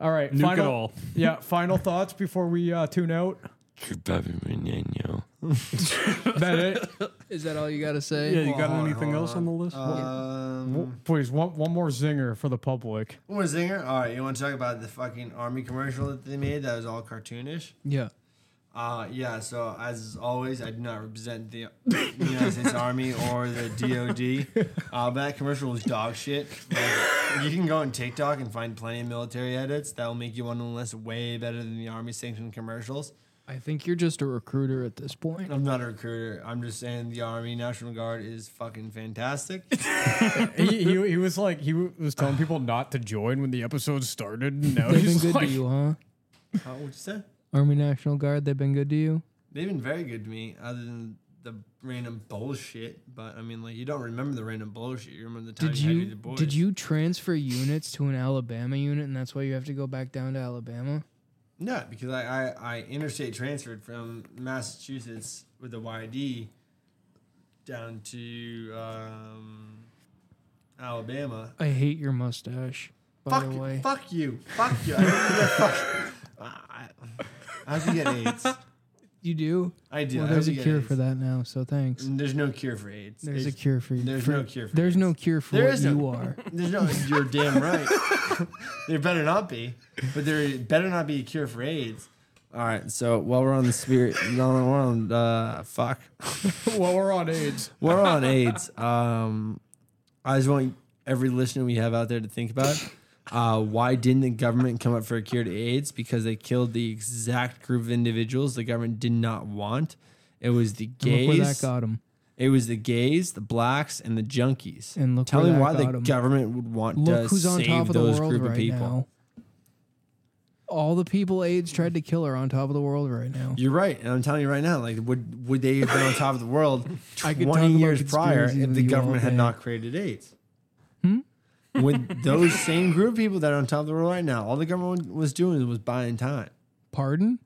Speaker 2: All right.
Speaker 4: Nuke
Speaker 2: final,
Speaker 4: it all.
Speaker 2: Yeah. Final ththoughts before we uh, tune out.
Speaker 5: Could probably Menino.
Speaker 2: That it?
Speaker 3: Is that all you gotta say?
Speaker 4: Yeah, you got
Speaker 1: hold on,
Speaker 4: anything
Speaker 1: hold
Speaker 4: else on the list?
Speaker 1: Um,
Speaker 2: Please, one, one more zinger for the public.
Speaker 1: one more zinger. All right, you want to talk about the fucking army commercial that they made? That was all cartoonish.
Speaker 3: Yeah.
Speaker 1: Uh, yeah. So as always, I do not represent the United States Army or the DoD. Uh, but that commercial was dog shit. Like, you can go on TikTok and find plenty of military edits that will make you want to enlist way better than the Army sanctioned commercials.
Speaker 3: I think you're just a recruiter at this point.
Speaker 1: I'm not a recruiter. I'm just saying the Army National Guard is fucking fantastic. Uh,
Speaker 2: he, he, he was like, he was telling people not to join when the episode started. And now
Speaker 3: They've been
Speaker 2: he's
Speaker 3: good
Speaker 2: like,
Speaker 3: to you, huh?
Speaker 1: How would you say?
Speaker 3: Army National Guard, they've been good to you?
Speaker 1: They've been very good to me, other than the random bullshit. But I mean, like, you don't remember the random bullshit. You remember the time
Speaker 3: Did
Speaker 1: you,
Speaker 3: you
Speaker 1: had the boys.
Speaker 3: did you transfer units to an Alabama unit and that's why you have to go back down to Alabama?
Speaker 1: No, because I, I, I interstate transferred from Massachusetts with the YD down to um, Alabama.
Speaker 3: I hate your mustache, by
Speaker 1: fuck,
Speaker 3: the way.
Speaker 1: fuck you. Fuck you. I, fuck. I, I have to get AIDS.
Speaker 3: You do?
Speaker 1: I do.
Speaker 3: well,
Speaker 1: I
Speaker 3: there's a
Speaker 1: hope you get
Speaker 3: cure
Speaker 1: AIDS.
Speaker 3: for that now, so thanks.
Speaker 1: There's no cure for AIDS.
Speaker 3: There's a
Speaker 1: It's-
Speaker 3: cure for you.
Speaker 1: there's
Speaker 3: for-
Speaker 1: no cure for
Speaker 3: There's
Speaker 1: AIDS.
Speaker 3: no cure for
Speaker 1: There
Speaker 3: what
Speaker 1: is no-
Speaker 3: you are.
Speaker 1: There's no. You're damn right. there better not be, but there better not be a cure for AIDS. All right. So while we're on the spirit, while we're on uh, fuck,
Speaker 2: well, we're on AIDS.
Speaker 1: we're on AIDS. Um, I just want every listener we have out there to think about. Uh, why didn't the government come up for a cure to AIDS? Because they killed the exact group of individuals the government did not want. It was the
Speaker 3: And Look where that
Speaker 1: gays.
Speaker 3: got him.
Speaker 1: It was the gays, the blacks, and the junkies.
Speaker 3: And look
Speaker 1: Tell
Speaker 3: where
Speaker 1: me
Speaker 3: that
Speaker 1: why the
Speaker 3: got 'em.
Speaker 1: government would want to
Speaker 3: Look who's on
Speaker 1: save
Speaker 3: top of the
Speaker 1: those
Speaker 3: world
Speaker 1: group of
Speaker 3: right
Speaker 1: people.
Speaker 3: now. All the people AIDS tried to kill are on top of the world right now.
Speaker 1: You're right, and I'm telling you right now, like would would they have been on top of the world
Speaker 3: I could
Speaker 1: 20
Speaker 3: talk about
Speaker 1: years prior
Speaker 3: conspiracies
Speaker 1: if
Speaker 3: with
Speaker 1: the
Speaker 3: you all
Speaker 1: government had
Speaker 3: day.
Speaker 1: not created AIDS? Hmm? Would those same group of people that are on top of the world right now, all the government was doing was buying time.
Speaker 3: Pardon?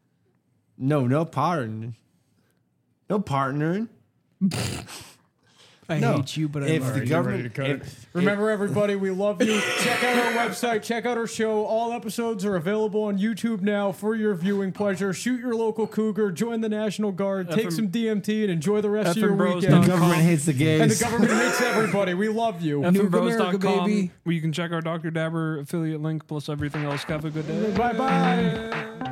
Speaker 1: No, no pardon, no partnering.
Speaker 3: I
Speaker 1: No.
Speaker 3: hate you, but I
Speaker 1: If
Speaker 3: love
Speaker 1: the
Speaker 3: you.
Speaker 2: ready to
Speaker 1: government,
Speaker 2: cut
Speaker 1: if-
Speaker 2: it. Remember, everybody, we love you. check out our website. Check out our show. All episodes are available on YouTube now for your viewing pleasure. Shoot your local cougar. Join the National Guard. take
Speaker 4: FM
Speaker 2: some DMT and enjoy the rest of your
Speaker 4: FMBros.com.
Speaker 1: the
Speaker 2: weekend.
Speaker 1: government hates the gays.
Speaker 2: and the government hates everybody. We love you.
Speaker 3: America,
Speaker 4: FNBros.com,
Speaker 3: baby.
Speaker 4: where you can check our Dr. Dabber affiliate link plus everything else. Have a good day.
Speaker 2: Bye bye.